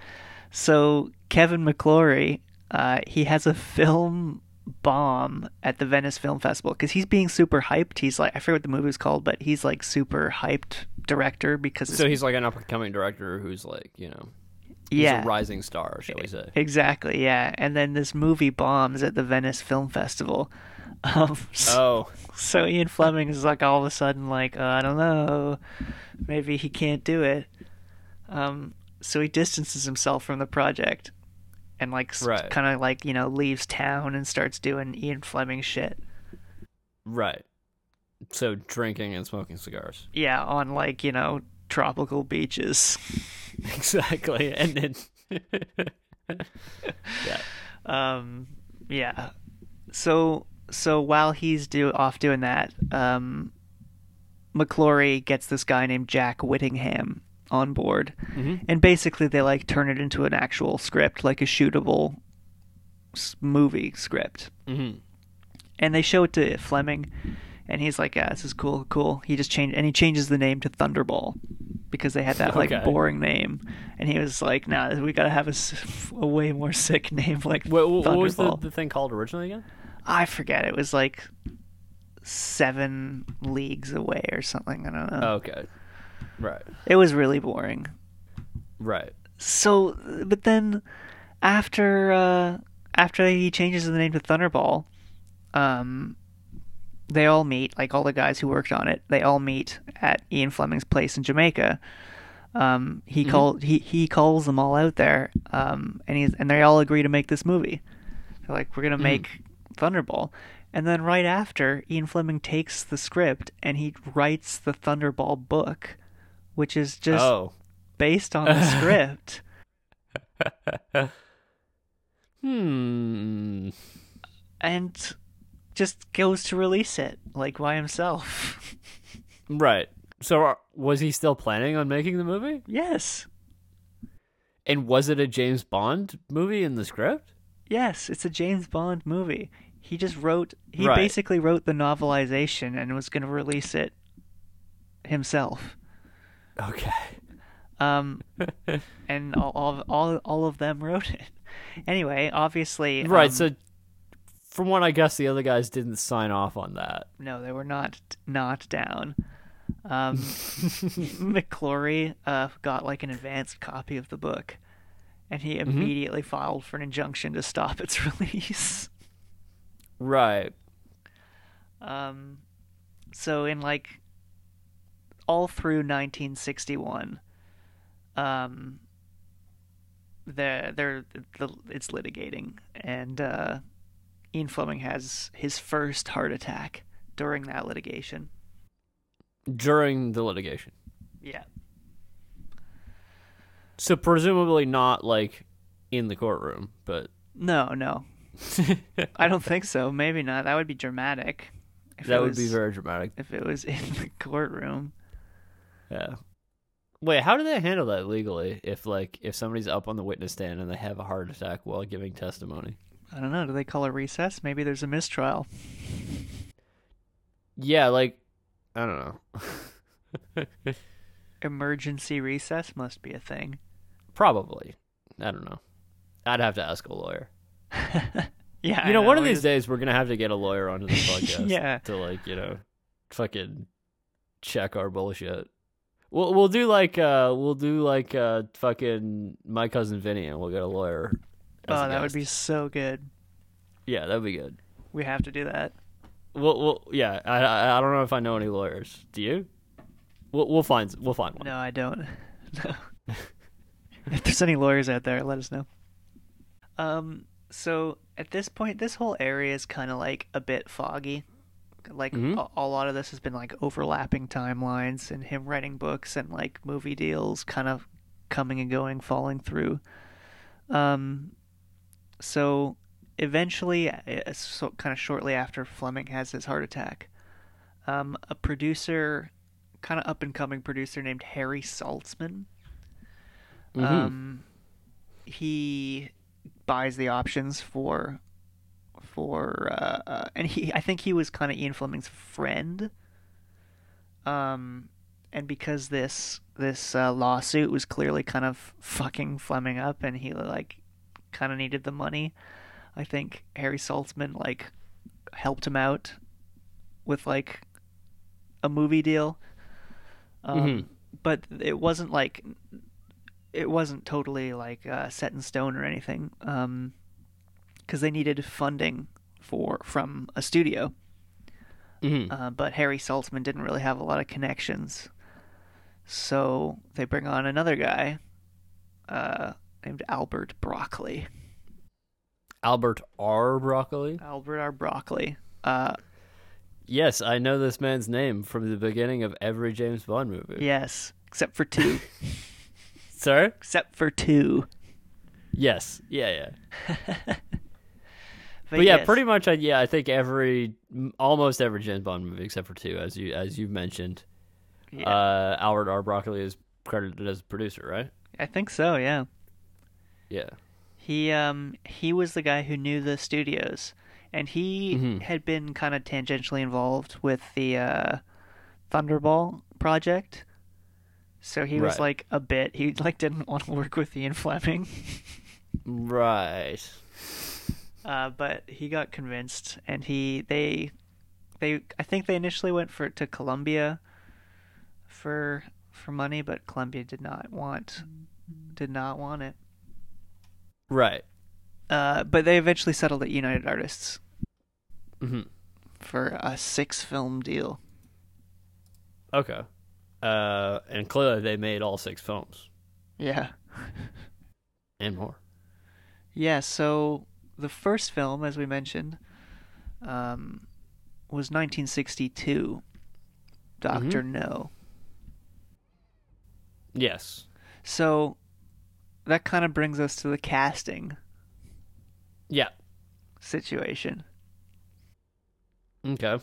C: so Kevin McClory, uh, he has a film bomb at the Venice Film Festival because he's being super hyped. He's like, I forget what the movie was called, but he's like super hyped director because it's,
B: So he's like an up and coming director who's like, you know, he's
C: yeah,
B: a rising star, shall we say.
C: exactly, yeah. And then this movie bombs at the Venice Film Festival. Um, so,
B: Oh.
C: so Ian Fleming is like all of a sudden like, uh, I don't know, maybe he can't do it. Um, so he distances himself from the project and like
B: Right.
C: kind of like, you know, leaves town and starts doing Ian Fleming shit.
B: Right. So drinking and smoking cigars.
C: Yeah, on like, you know, tropical beaches.
B: Exactly. And then Yeah.
C: Um, yeah. So so while he's do off doing that, um, McClory gets this guy named Jack Whittingham on board, and basically they like turn it into an actual script, like a shootable s- movie script.
B: Mhm.
C: And they show it to Fleming, and he's like, "Yeah, this is cool, cool." He just changed, and he changes the name to Thunderball. because they had that like
B: Okay.
C: boring name, and he was like, "Nah, we gotta have a, s- a way more sick name like
B: What, what, was the,
C: Thunderball."
B: the thing called originally again?
C: I forget. It was like seven leagues away or something. I don't know.
B: Okay. Right.
C: It was really boring.
B: Right.
C: So, but then after uh, after he changes the name to Thunderball, um, they all meet. Like all the guys who worked on it, they all meet at Ian Fleming's place in Jamaica. Um, he called he, he calls them all out there, um, and he's and they all agree to make this movie. They're like, we're gonna make Thunderball, and then right after, Ian Fleming takes the script and he writes the Thunderball book, which is just
B: Oh.
C: based on the script.
B: Hmm.
C: and just goes to release it like by himself.
B: Right. So are, was he still planning on making the movie?
C: yes.
B: And was it a James Bond movie in the script?
C: Yes, it's a James Bond movie. He just wrote he
B: Right.
C: basically wrote the novelization and was going to release it himself.
B: Okay.
C: Um and all all all, all of them wrote it. Anyway, obviously
B: Right.
C: um,
B: so from what I guess, the other guys didn't sign off on that.
C: no, they were not not down. Um, McClory uh, got like an advanced copy of the book, and he immediately filed for an injunction to stop its release.
B: Right.
C: Um, so in like all through 1961, um, they're, they're the, it's litigating, and uh, Ian Fleming has his first heart attack during that litigation.
B: During the litigation.
C: Yeah.
B: So presumably not like in the courtroom, but
C: No, no. I don't think so. Maybe not. That would be dramatic. If
B: that
C: it
B: would be
C: was-
B: very dramatic.
C: If it was in the courtroom,
B: Yeah. Wait, how do they handle that legally? If like if somebody's up on the witness stand and they have a heart attack while giving testimony?
C: I don't know. Do they call a recess? Maybe there's a mistrial.
B: Yeah, like I don't know.
C: Emergency recess must be a thing.
B: Probably. I don't know. I'd have to ask a lawyer.
C: Yeah. I
B: You know, one of
C: we
B: these
C: just-
B: days we're gonna have to get a lawyer onto the podcast
C: Yeah.
B: to like, you know, fucking check our bullshit. We'll we'll do like uh we'll do like uh fucking my cousin Vinny and we'll get a lawyer. as
C: Oh,
B: a
C: that would be
B: guest.
C: so good.
B: yeah, that'd be good.
C: We have to do that.
B: Well, well, yeah. I, I I don't know if I know any lawyers. Do you? We'll we'll find we'll find one.
C: No, I don't. No. if there's any lawyers out there, let us know. Um. So at this point, this whole area is kind of like a bit foggy. Like a, a lot of this has been like overlapping timelines and him writing books and like movie deals kind of coming and going, falling through. Um. So eventually, uh, so kind of shortly after Fleming has his heart attack, um, a producer kind of up and coming producer named Harry Saltzman. Um, he buys the options for for uh, uh, and he I think he was kind of Ian Fleming's friend. Um, and because this this uh, lawsuit was clearly kind of fucking Fleming up, and he like kind of needed the money, I think Harry Saltzman like helped him out with like a movie deal. Um,
B: Mm-hmm.
C: But it wasn't like it wasn't totally like uh, set in stone or anything, because they needed funding for from a studio.
B: Mm-hmm.
C: Uh, but Harry Saltzman didn't really have a lot of connections, so they bring on another guy uh, named Albert Broccoli.
B: Albert R. Broccoli.
C: Albert R. Broccoli. Uh,
B: Yes, I know this man's name from the beginning of every James Bond movie.
C: yes, except for two.
B: Sir?
C: except for two.
B: Yes. Yeah, yeah. But yeah,
C: yes.
B: pretty much. I, yeah, I think every, m- almost every James Bond movie, except for two, as you as you mentioned,
C: Yeah.
B: uh, Albert R. Broccoli is credited as producer, right?
C: I think so. Yeah.
B: Yeah.
C: He um he was the guy who knew the studios, and he had been kind of tangentially involved with the uh, Thunderball project. So he was
B: Right.
C: like a bit. He like didn't want to work with Ian Fleming,
B: Right.
C: uh, but he got convinced, and he they they I think they initially went for to Columbia for for money, but Columbia did not want did not want it.
B: Right.
C: Uh, but they eventually settled at United Artists
B: hmm
C: for a six film deal.
B: Okay. Uh, and clearly they made all six films
C: Yeah.
B: and more.
C: Yeah, so the first film, as we mentioned, um, was 1962, Doctor No.
B: Yes.
C: So that kind of brings us to the casting
B: Yeah.
C: situation.
B: Okay.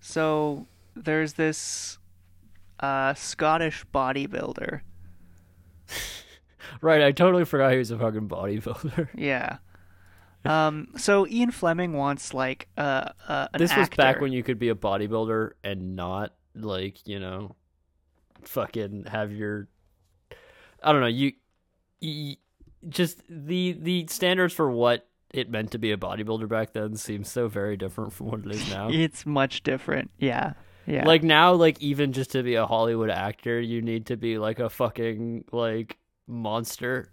C: So there's this uh, Scottish bodybuilder.
B: Right. I totally forgot he was a fucking bodybuilder.
C: Yeah. Um, so Ian Fleming wants like uh, uh, an
B: this was back
C: actor.
B: when you could be a bodybuilder and not like you know, fucking have your. I don't know. You, you just the the standards for what it meant to be a bodybuilder back then seems so very different from what it is now.
C: it's much different. Yeah. Yeah.
B: Like now, like even just to be a Hollywood actor, you need to be like a fucking like monster.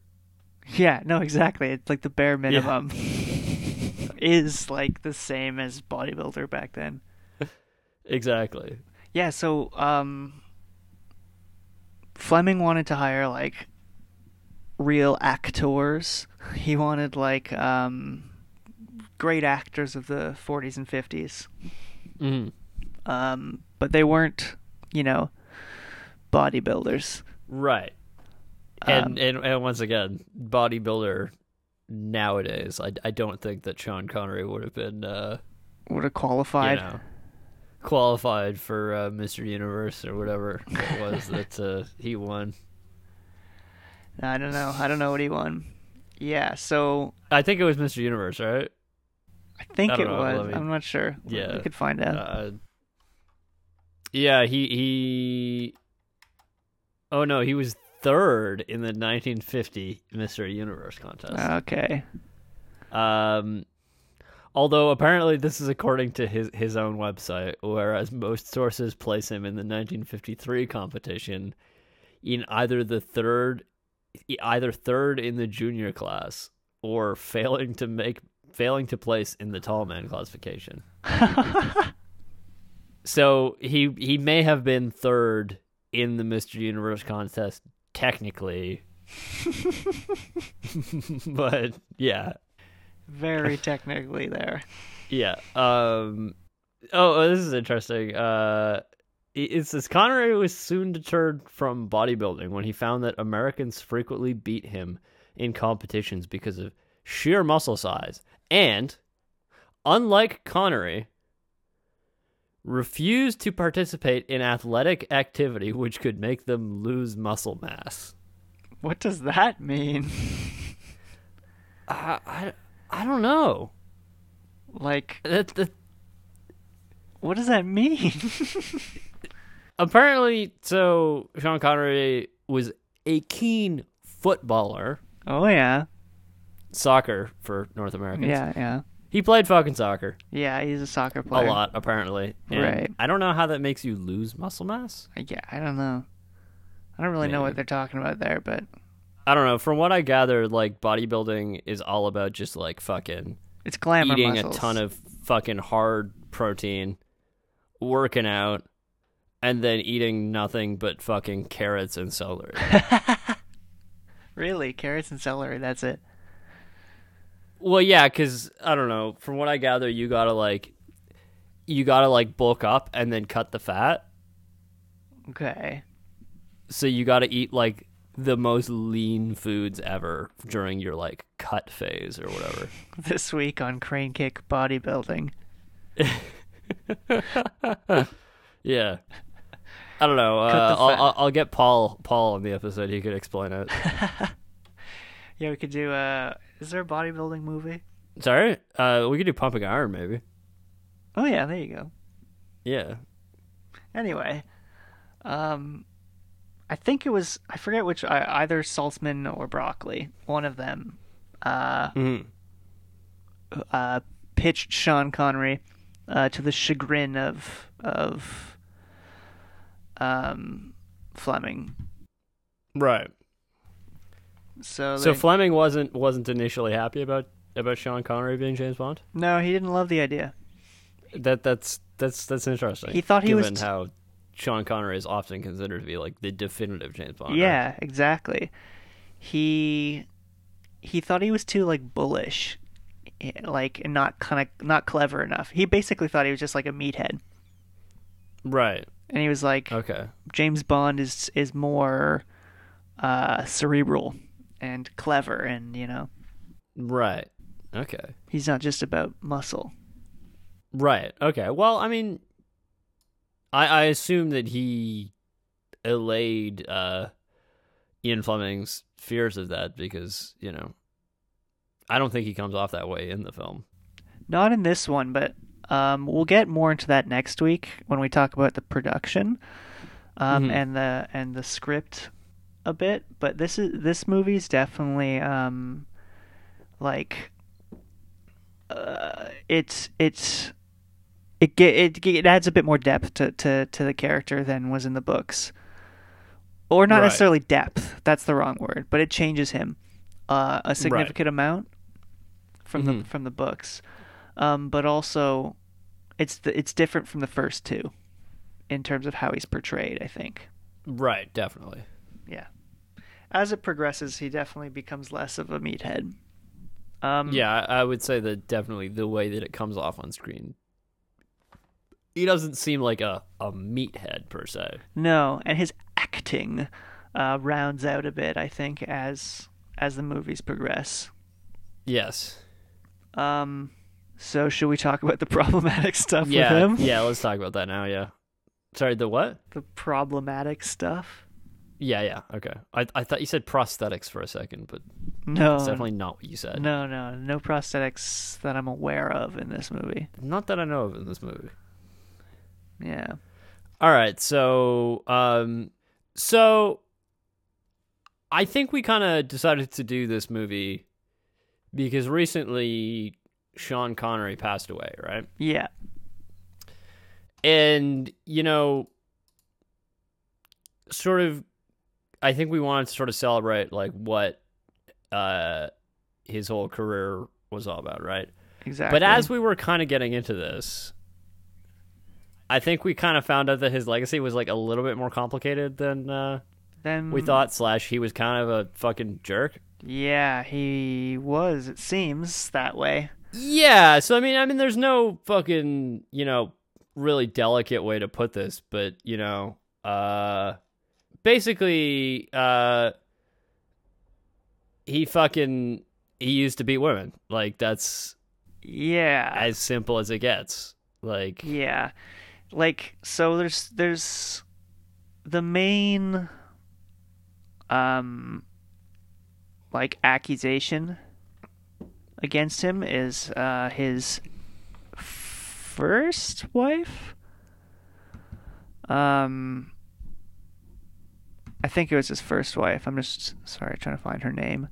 C: Yeah, no, exactly. It's like the bare minimum is like the same as bodybuilder back then.
B: Exactly.
C: Yeah, so um Fleming wanted to hire like real actors. He wanted like um great actors of the 40s and 50s.
B: Mm.
C: Um but they weren't, you know, bodybuilders. um,
B: Right. And, and and once again, bodybuilder nowadays, I, I don't think that Sean Connery would have been uh
C: Would have
B: you
C: qualified.
B: know qualified for uh, Mr. Universe or whatever it was that uh, he won.
C: I don't know. I don't know what he won. Yeah, so
B: I think it was Mr. Universe, right?
C: I think
B: I
C: it
B: don't know,
C: was.
B: let me-
C: I'm not sure. We-
B: Yeah.
C: we could find out.
B: Uh, yeah, he he. Oh no, he was third in the 1950 Mr. Universe
C: Ah.
B: contest.
C: okay.
B: Um, although apparently this is according to his his own website, whereas most sources place him in the 1953 competition in either the third, e, either third in the junior class or failing to make failing to place in the tall man classification. so he he may have been third in the Mr. Universe contest technically. but yeah,
C: Very technically there.
B: yeah. Um. Oh, oh, this is interesting. Uh, it it says Connery was soon deterred from bodybuilding when he found that Americans frequently beat him in competitions because of sheer muscle size, and unlike Connery, refused to participate in athletic activity which could make them lose muscle mass.
C: What does that mean?
B: I I, I don't know.
C: Like,
B: That, that
C: what does that mean?
B: apparently so sean connery was a keen footballer
C: oh yeah,
B: soccer for north americans
C: yeah, yeah,
B: he played fucking soccer
C: yeah. He's a soccer player.
B: a lot apparently And
C: Right.
B: i don't know how that makes you lose muscle mass
C: Yeah, I don't know. I don't really know
B: Maybe.
C: what they're talking about there, but
B: i don't know from what i gathered like bodybuilding is all about just like fucking
C: it's glamour
B: eating
C: muscles.
B: a ton of fucking hard protein working out and then eating nothing but fucking carrots and celery
C: really carrots and celery. That's it.
B: Well, yeah, because I don't know. From what I gather, you gotta like, you gotta like bulk up and then cut the fat.
C: Okay.
B: So you gotta eat like the most lean foods ever during your like cut phase or whatever.
C: This week on Crane Kick Bodybuilding.
B: Yeah. I don't know. Uh,
C: the
B: I'll,
C: fat.
B: I'll, I'll get Paul Paul on the episode. He could explain it.
C: Yeah, we could do. Uh, is there a bodybuilding movie?
B: Sorry. Uh, we could do pumping iron maybe.
C: Oh yeah, there you go.
B: Yeah.
C: Anyway, um, I think it was I forget which I- either Saltzman or Broccoli, one of them, uh, uh, pitched Sean Connery uh, to the chagrin of of um, Fleming.
B: Right.
C: So,
B: So
C: they-
B: Fleming wasn't wasn't initially happy about about Sean Connery being James Bond.
C: no, he didn't love the idea.
B: That that's that's that's interesting.
C: He thought he was
B: given
C: t-
B: how Sean Connery is often considered to be like the definitive James Bond. right?
C: Yeah, exactly. He he thought he was too like bullish, eh, like and not kind of not clever enough. He basically thought he was just like a meathead,
B: Right.
C: and he was like,
B: Okay.
C: James Bond is is more uh, cerebral and clever, and you know
B: Right. Okay.
C: he's not just about muscle.
B: Right. Okay. Well, I mean, I I assume that he allayed uh, Ian Fleming's fears of that because you know, I don't think he comes off that way in the film.
C: Not in this one, but um, we'll get more into that next week when we talk about the production um,
B: Mhm.
C: and the and the script a bit. But this is this movie's definitely um, like uh, it's it's it ge- it ge- it adds a bit more depth to, to, to the character than was in the books, or not
B: Right.
C: necessarily depth. That's the wrong word, but it changes him uh, a significant amount from the
B: Mhm.
C: from the books, um, but also it's the, it's different from the first two in terms of how he's portrayed. I think
B: Right. Definitely.
C: as it progresses, he definitely becomes less of a meathead. Um,
B: Yeah, I I would say that definitely the way that it comes off on screen. He doesn't seem like a, a meathead per se.
C: No, and his acting uh, rounds out a bit. I think as as the movies progress.
B: Yes.
C: Um, so should we talk about the problematic stuff
B: Yeah.
C: with him?
B: Yeah, let's talk about that now, yeah. Sorry, the what?
C: The problematic stuff.
B: Yeah, yeah. Okay. I I thought you said prosthetics for a second, but
C: No,
B: that's definitely not what you said.
C: Um, no, no, no prosthetics that I'm aware of in this movie.
B: Not that I know of in this movie.
C: Yeah.
B: All right, so um so I think we kind of decided to do this movie because recently Sean Connery passed away, right?
C: Yeah.
B: and you know sort of i think we wanted to sort of celebrate like what uh his whole career was all about right
C: Exactly.
B: but as we were kind of getting into this i think we kind of found out that his legacy was like a little bit more complicated than uh,
C: then
B: we thought slash he was kind of a fucking jerk
C: Yeah, he was. It seems that way.
B: Yeah, so I mean, I mean, there's no fucking you know really delicate way to put this, but you know, uh, basically, uh, he fucking he used to beat women. Like that's
C: Yeah.
B: as simple as it gets. Like
C: Yeah. Like so there's there's the main um like accusation against him is uh his first wife um I think it was his first wife. I'm just sorry trying to find her name.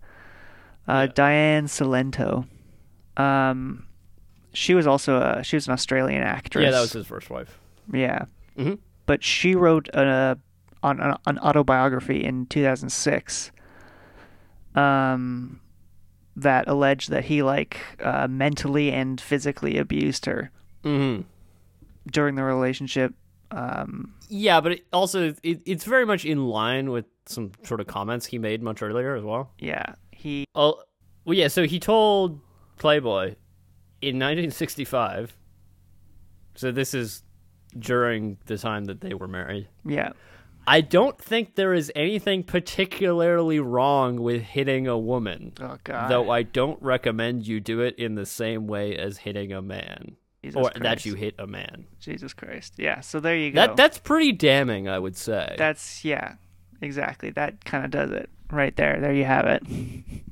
C: Uh Diane Salento. Um she was also a she was an Australian actress.
B: yeah, that was his first wife.
C: Yeah.
B: Mhm.
C: But she wrote a, on an, an autobiography in 2006 um, that alleged that he like uh, mentally and physically abused her
B: Mm-hmm.
C: during the relationship. Um,
B: Yeah, but it also it, it's very much in line with some sort of comments he made much earlier as well.
C: yeah, he
B: Oh, well, yeah. So he told Playboy in 1965. So this is during the time that they were married.
C: yeah
B: I don't think there is anything particularly wrong with hitting a woman,
C: oh god
B: though I don't recommend you do it in the same way as hitting a man,
C: Jesus
B: or that
C: Christ.
B: you hit a man.
C: Jesus Christ yeah so there you go
B: That that's pretty damning, I would say.
C: That's yeah, exactly. That kind of does it right there. There you have it.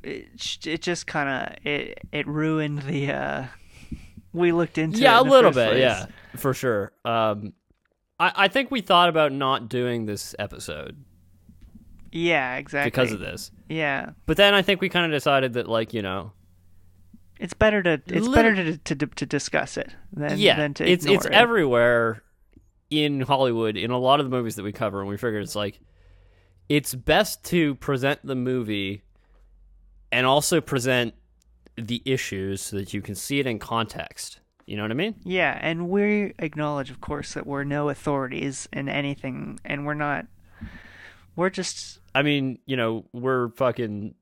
C: It, sh- it just kind of it it ruined the. uh We looked into
B: yeah,
C: it
B: a
C: in the
B: little
C: first
B: bit,
C: place.
B: yeah, for sure. Um, I I think we thought about not doing this episode
C: Yeah, exactly.
B: because of this.
C: Yeah,
B: But then I think we kind of decided that, like, you know,
C: it's better to it's
B: Lit-
C: better to, to to discuss it than
B: yeah,
C: than to
B: it's
C: ignore
B: it's
C: it.
B: everywhere in Hollywood in a lot of the movies that we cover, and we figured it's like it's best to present the movie and also present the issues so that you can see it in context. You know what I mean?
C: Yeah, and we acknowledge, of course, that we're no authorities in anything, and we're not. We're just
B: I mean, you know, we're fucking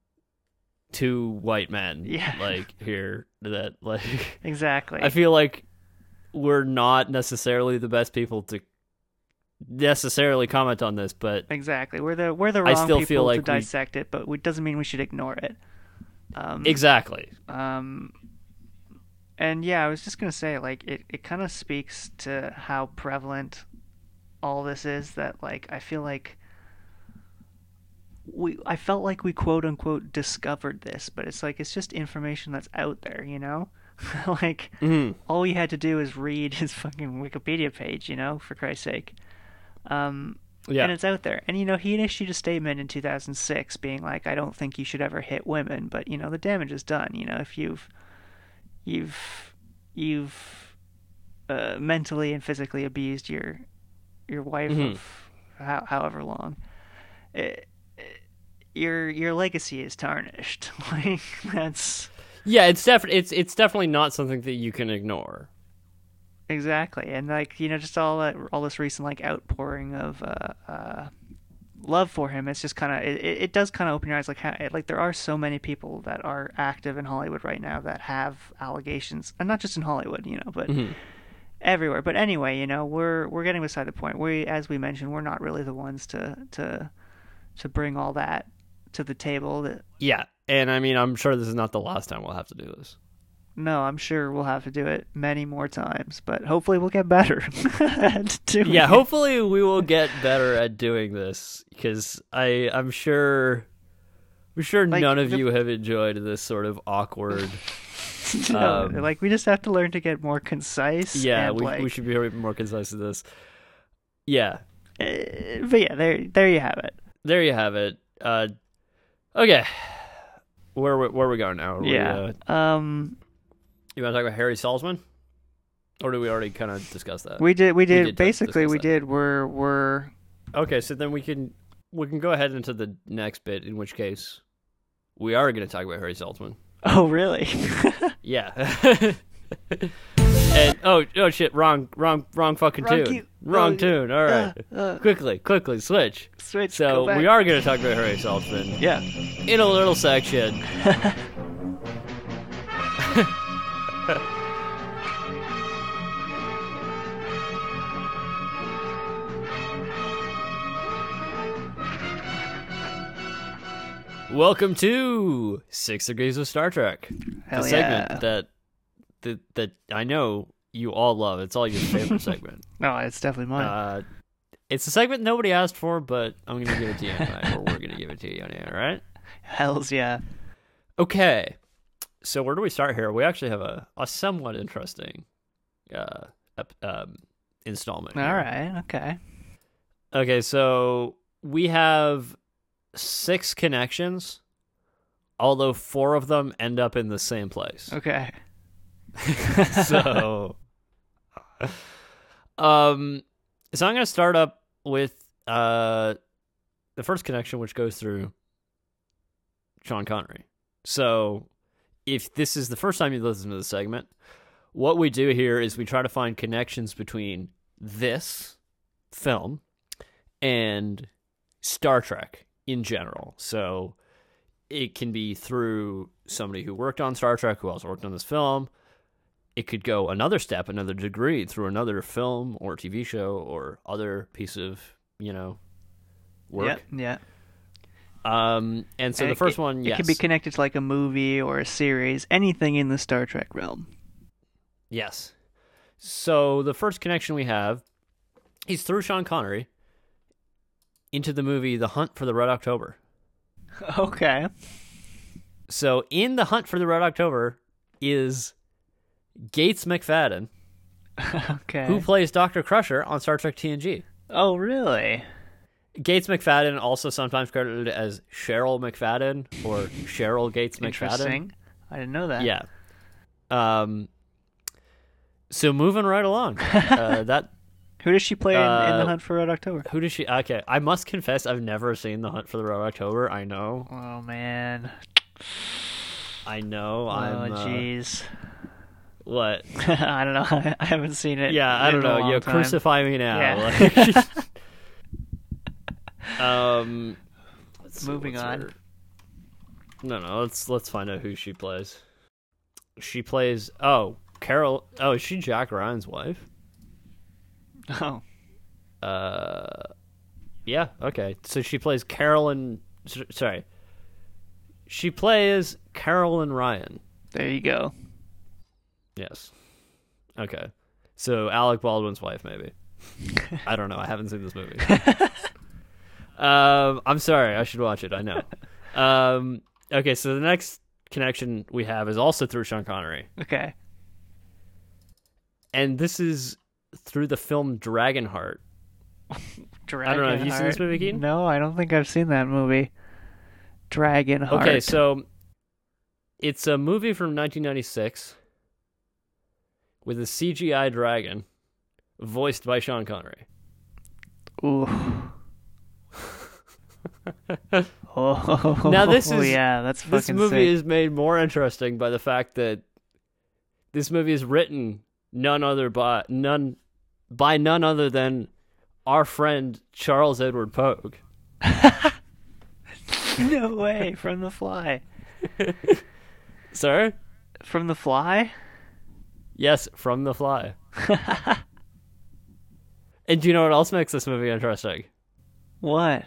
B: two white men,
C: Yeah.
B: like here that like
C: exactly.
B: I feel like we're not necessarily the best people to necessarily comment on this, but
C: Exactly. We're the we're the
B: I
C: wrong
B: still
C: people
B: feel like
C: to
B: we-
C: dissect it, but it doesn't mean we should ignore it. Um,
B: exactly.
C: um, and yeah, I was just gonna say, like, it, it kind of speaks to how prevalent all this is. That like, I feel like we I felt like we quote unquote discovered this, but it's like it's just information that's out there, you know. like all we had to do is read his fucking Wikipedia page, you know, for Christ's sake. Um,
B: Yeah.
C: and it's out there. And you know, he issued a statement in 2006 being like, "I don't think you should ever hit women, but you know, the damage is done. You know, if you've you've you've uh, mentally and physically abused your your wife of how, however long, it, it- your your legacy is tarnished. like that's
B: Yeah, it's definitely it's it's definitely not something that you can ignore.
C: Exactly, and like you know, just all that, all this recent like outpouring of uh, uh, love for him. It's just kind of it, it it does kind of open your eyes. Like how, like there are so many people that are active in Hollywood right now that have allegations, and not just in Hollywood, you know, but everywhere. But anyway, you know, we're we're getting beside the point. We, as we mentioned, we're not really the ones to to to bring all that to the table. That
B: Yeah, and I mean, I'm sure this is not the last time we'll have to do this.
C: no, I'm sure we'll have to do it many more times, but hopefully we'll get better at doing
B: Yeah,
C: it.
B: hopefully we will get better at doing this because I I'm sure I'm sure
C: Like,
B: none of
C: the-
B: you have enjoyed this sort of awkward.
C: No,
B: Um,
C: like we just have to learn to get more concise.
B: yeah,
C: and,
B: we
C: like,
B: we should be more concise with this. Yeah,
C: uh, but yeah, there, there you have it.
B: there you have it. Uh, okay, where we- where are we going now? Are we,
C: yeah.
B: uh,
C: um,
B: you want to talk about Harry Salzman, or do we already kind of discuss that?
C: we did, we did.
B: did touch-
C: basically,
B: discuss
C: we
B: that.
C: did. We're, we're.
B: Okay, so then we can we can go ahead into the next bit, in which case we are going to talk about Harry Saltzman.
C: Oh, really?
B: Yeah. and oh oh shit, wrong wrong wrong fucking
C: Wrong
B: tune,
C: cue.
B: wrong
C: Oh,
B: tune. All right,
C: uh, uh.
B: quickly quickly switch.
C: Switch.
B: So
C: go back.
B: we are going to talk about Harry Saltzman
C: Yeah.
B: in a little section. Welcome to Six Degrees of Star Trek,
C: Hell
B: the
C: yeah.
B: segment that, that that I know you all love. It's all your favorite segment.
C: No, it's definitely mine.
B: Uh, it's a segment nobody asked for, but I'm gonna give it to you anyway, or we're gonna give it to you anyway. All right.
C: Hell's yeah.
B: Okay. So where do we start here? We actually have a, a somewhat interesting uh, ep- um, installment.
C: All
B: here.
C: right. Okay.
B: Okay, so we have six connections, although four of them end up in the same place.
C: Okay.
B: so um so i'm going to start up with uh the first connection which goes through sean connery so if this is the first time you listen to the segment what we do here is we try to find connections between this film and star trek in general so it can be through somebody who worked on star trek who also worked on this film it could go another step, another degree through another film or TV show or other piece of, you know, work.
C: Yeah. Yeah.
B: Um, and so
C: And
B: the
C: it-
B: first
C: it-
B: one,
C: It
B: yes.
C: could be connected to like a movie or a series, anything in the Star Trek realm.
B: yes. So the first connection we have is through Sean Connery into the movie The Hunt for the Red October.
C: Okay.
B: So in The Hunt for the Red October is Gates McFadden,
C: okay.
B: who plays Dr. Crusher on Star Trek TNG.
C: Oh, really?
B: Gates McFadden also sometimes credited as Cheryl McFadden or Cheryl Gates McFadden.
C: Interesting. I didn't know that.
B: Yeah. Um. So moving right along, uh, that
C: Who does she play in, in
B: Uh,
C: The Hunt for Red October?
B: who does she? Okay, I must confess, I've never seen The Hunt for the Red October. I know,
C: Oh man.
B: I know.
C: Oh
B: I'm uh,
C: jeez.
B: what?
C: I don't know. I, haven't seen it.
B: Yeah, I
C: in
B: don't
C: a
B: know.
C: long
B: You
C: time.
B: crucify me now.
C: Yeah.
B: Like, um, let's see,
C: Moving
B: what's
C: on.
B: her- No, no. Let's let's find out who she plays. She plays. Oh, Carol. Oh, is she Jack Ryan's wife?
C: Oh,
B: Uh, yeah. Okay. So she plays Carolyn. s- Sorry. She plays Carolyn Ryan.
C: there you go.
B: Yes. Okay. So Alec Baldwin's wife, maybe. I don't know. I haven't seen this movie. um, I'm sorry. I should watch it. I know. Um, okay. So the next connection we have is also through Sean Connery,
C: Okay.
B: and this is through the film Dragonheart.
C: Dragonheart.
B: know, have you seen this movie, Keaton?
C: No, I don't think I've seen that movie. Dragonheart.
B: Okay, so it's a movie from 1996 with a CGI dragon voiced by Sean Connery.
C: Ooh. oh.
B: Now, this is-
C: yeah, that's fucking
B: this movie
C: sick.
B: is made more interesting by the fact that this movie is written none other by none by none other than our friend Charles Edward Pogue.
C: no way from the fly.
B: Sir?
C: From the fly?
B: Yes, from the fly. and do you know what else makes this movie interesting?
C: What?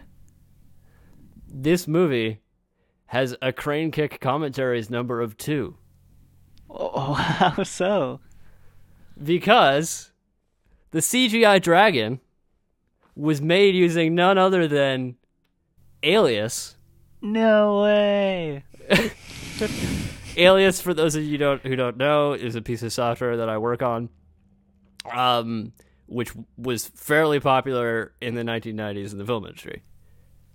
B: This movie has a crane kick commentaries number of two.
C: Oh, how so?
B: Because the CGI dragon was made using none other than Alias.
C: No way.
B: Alias, for those of you don't who don't know, is a piece of software that I work on, um, which was fairly popular in the 1990s in the film industry.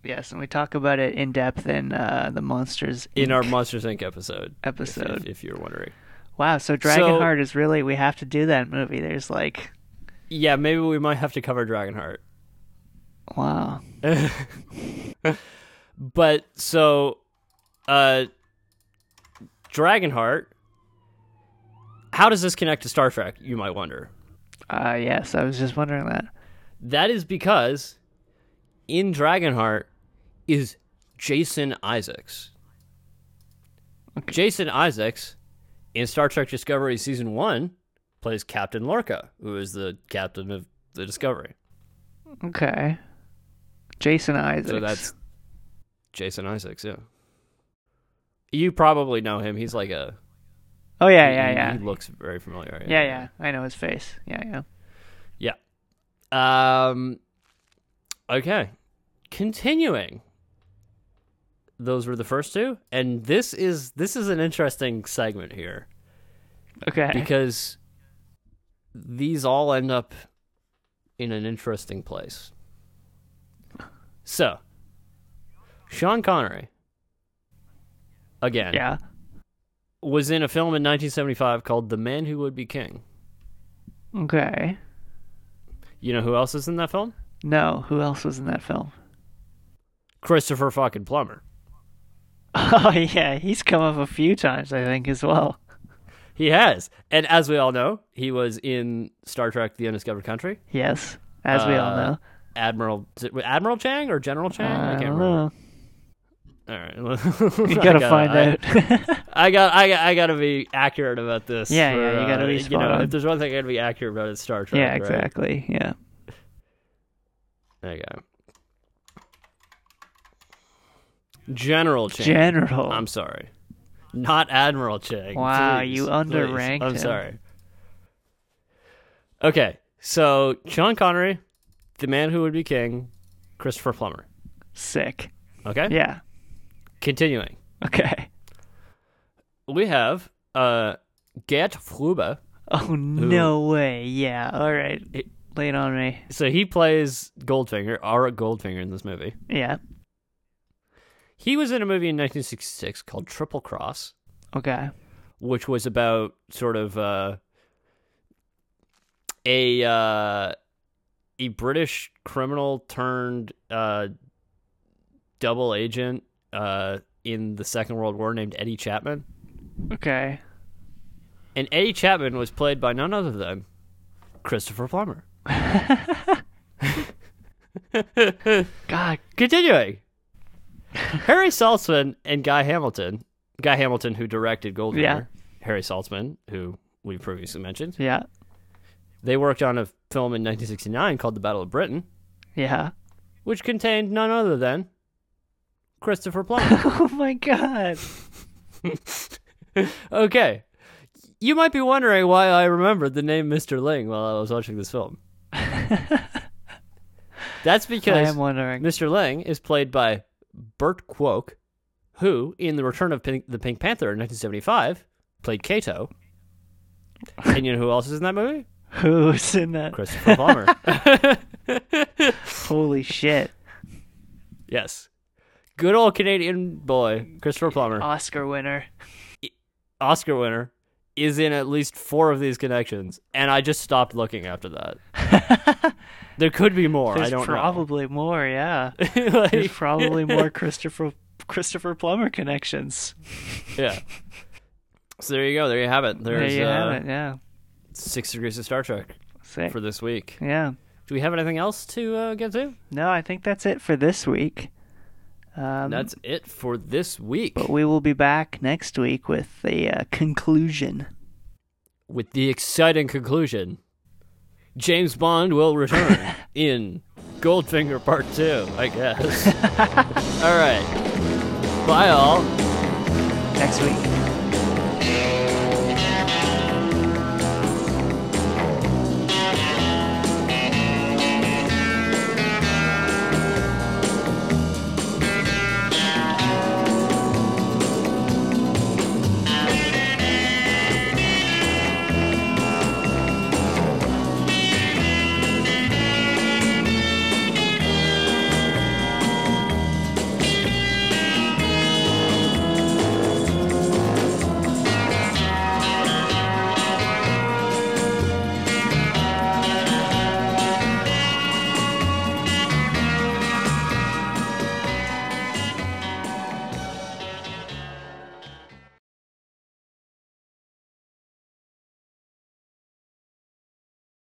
C: Yes, and we talk about it in depth in uh, the monsters
B: In
C: Inc.
B: our Monsters Inc. episode, if-
C: episode.
B: if, if you're wondering,
C: Wow, so Dragonheart is really we have to do that movie. There's like
B: yeah, maybe we might have to cover Dragonheart.
C: wow.
B: But so, uh, Dragonheart. How does this connect to Star Trek? You might wonder.
C: Uh yes, I was just wondering that.
B: That is because in Dragonheart is Jason Isaacs. Jason Isaacs in Star Trek Discovery Season 1 plays Captain Lorca, who is the captain of the Discovery.
C: Okay. Jason Isaacs.
B: So that's Jason Isaacs, yeah. You probably know him. He's like a.
C: Oh yeah,
B: he-
C: yeah,
B: he-
C: yeah.
B: He looks very familiar.
C: Yeah, yeah. I know his face. Yeah, yeah.
B: Yeah. Um okay. Continuing. Those were the first two and this is this is an interesting segment here
C: Okay.
B: because these all end up in an interesting place. So, Sean Connery again
C: yeah.
B: was in a film in 1975 called The Man Who Would Be King.
C: Okay.
B: You know who else is in that film?
C: No, who else was in that film?
B: Christopher fucking Plummer.
C: Oh yeah, he's come up a few times I think as well.
B: He has. And as we all know, he was in Star Trek The Undiscovered Country.
C: Yes, as we all
B: Uh,
C: know.
B: Admiral is it Admiral Chang or General Chang?
C: I,
B: I can't
C: don't
B: remember. All right.
C: know.
B: you
C: Uh, You gotta find
B: I,
C: out.
B: I got I, got- I got to be accurate about this.
C: Yeah,
B: for,
C: yeah, you gotta
B: uh,
C: be
B: You
C: spot
B: know,
C: on.
B: if there's one thing I got to be accurate about, it's Star Trek.
C: yeah,
B: right?
C: exactly. Yeah.
B: Okay. General Chang.
C: General.
B: I'm sorry. Not Admiral Chang.
C: Wow,
B: Please,
C: you
B: please.
C: underranked
B: I'm
C: him.
B: sorry. Okay, so Sean Connery, the man who would be king, Christopher Plummer.
C: Sick.
B: Okay?
C: Yeah.
B: Continuing.
C: Okay.
B: We have uh Gert Fluba.
C: Oh no way! Yeah. All right. Lay it on me.
B: So he plays Goldfinger, Ara Goldfinger in this movie.
C: Yeah.
B: He was in a movie in 1966 called Triple Cross,
C: Okay.
B: which was about sort of uh, a uh, a British criminal turned uh, double agent uh, in the Second World War named Eddie Chapman.
C: Okay.
B: And Eddie Chapman was played by none other than Christopher Plummer.
C: God.
B: Continuing. Harry Saltzman and Guy Hamilton. Guy Hamilton, who directed Goldfinger.
C: Yeah.
B: Harry Saltzman, who we previously mentioned.
C: Yeah.
B: They worked on a film in 1969 called The Battle of Britain,
C: Yeah.
B: which contained none other than Christopher Plummer.
C: Oh my God.
B: okay. You might be wondering why I remembered the name Mr. Ling while I was watching this film. That's because
C: I am wondering.
B: Mr. Lang is played by Bert Kwok, who, in The Return of Pink, the Pink Panther in 1975, played Kato. And you know who else is in that movie?
C: Who's in that?
B: Christopher Palmer.
C: Holy shit.
B: yes. Good old Canadian boy, Christopher Plummer,
C: Oscar winner.
B: Oscar winner, is in at least four of these connections, and I just stopped looking after that. there could be more.
C: There's
B: I don't
C: probably more, yeah.
B: know. Like-
C: There's probably more Christopher Christopher Plummer connections.
B: yeah. So there you go. There you have it. There's
C: there you
B: uh,
C: have it, yeah.
B: six degrees of Star Trek
C: Sick.
B: for this week.
C: yeah.
B: Do we have anything else to uh, get to?
C: No, I think that's it for this week. Um,
B: That's it for this week
C: but we will be back next week with the uh, conclusion.
B: with the exciting conclusion. James Bond will return in Goldfinger Part 2, I guess. all right. Bye all.
C: Next week.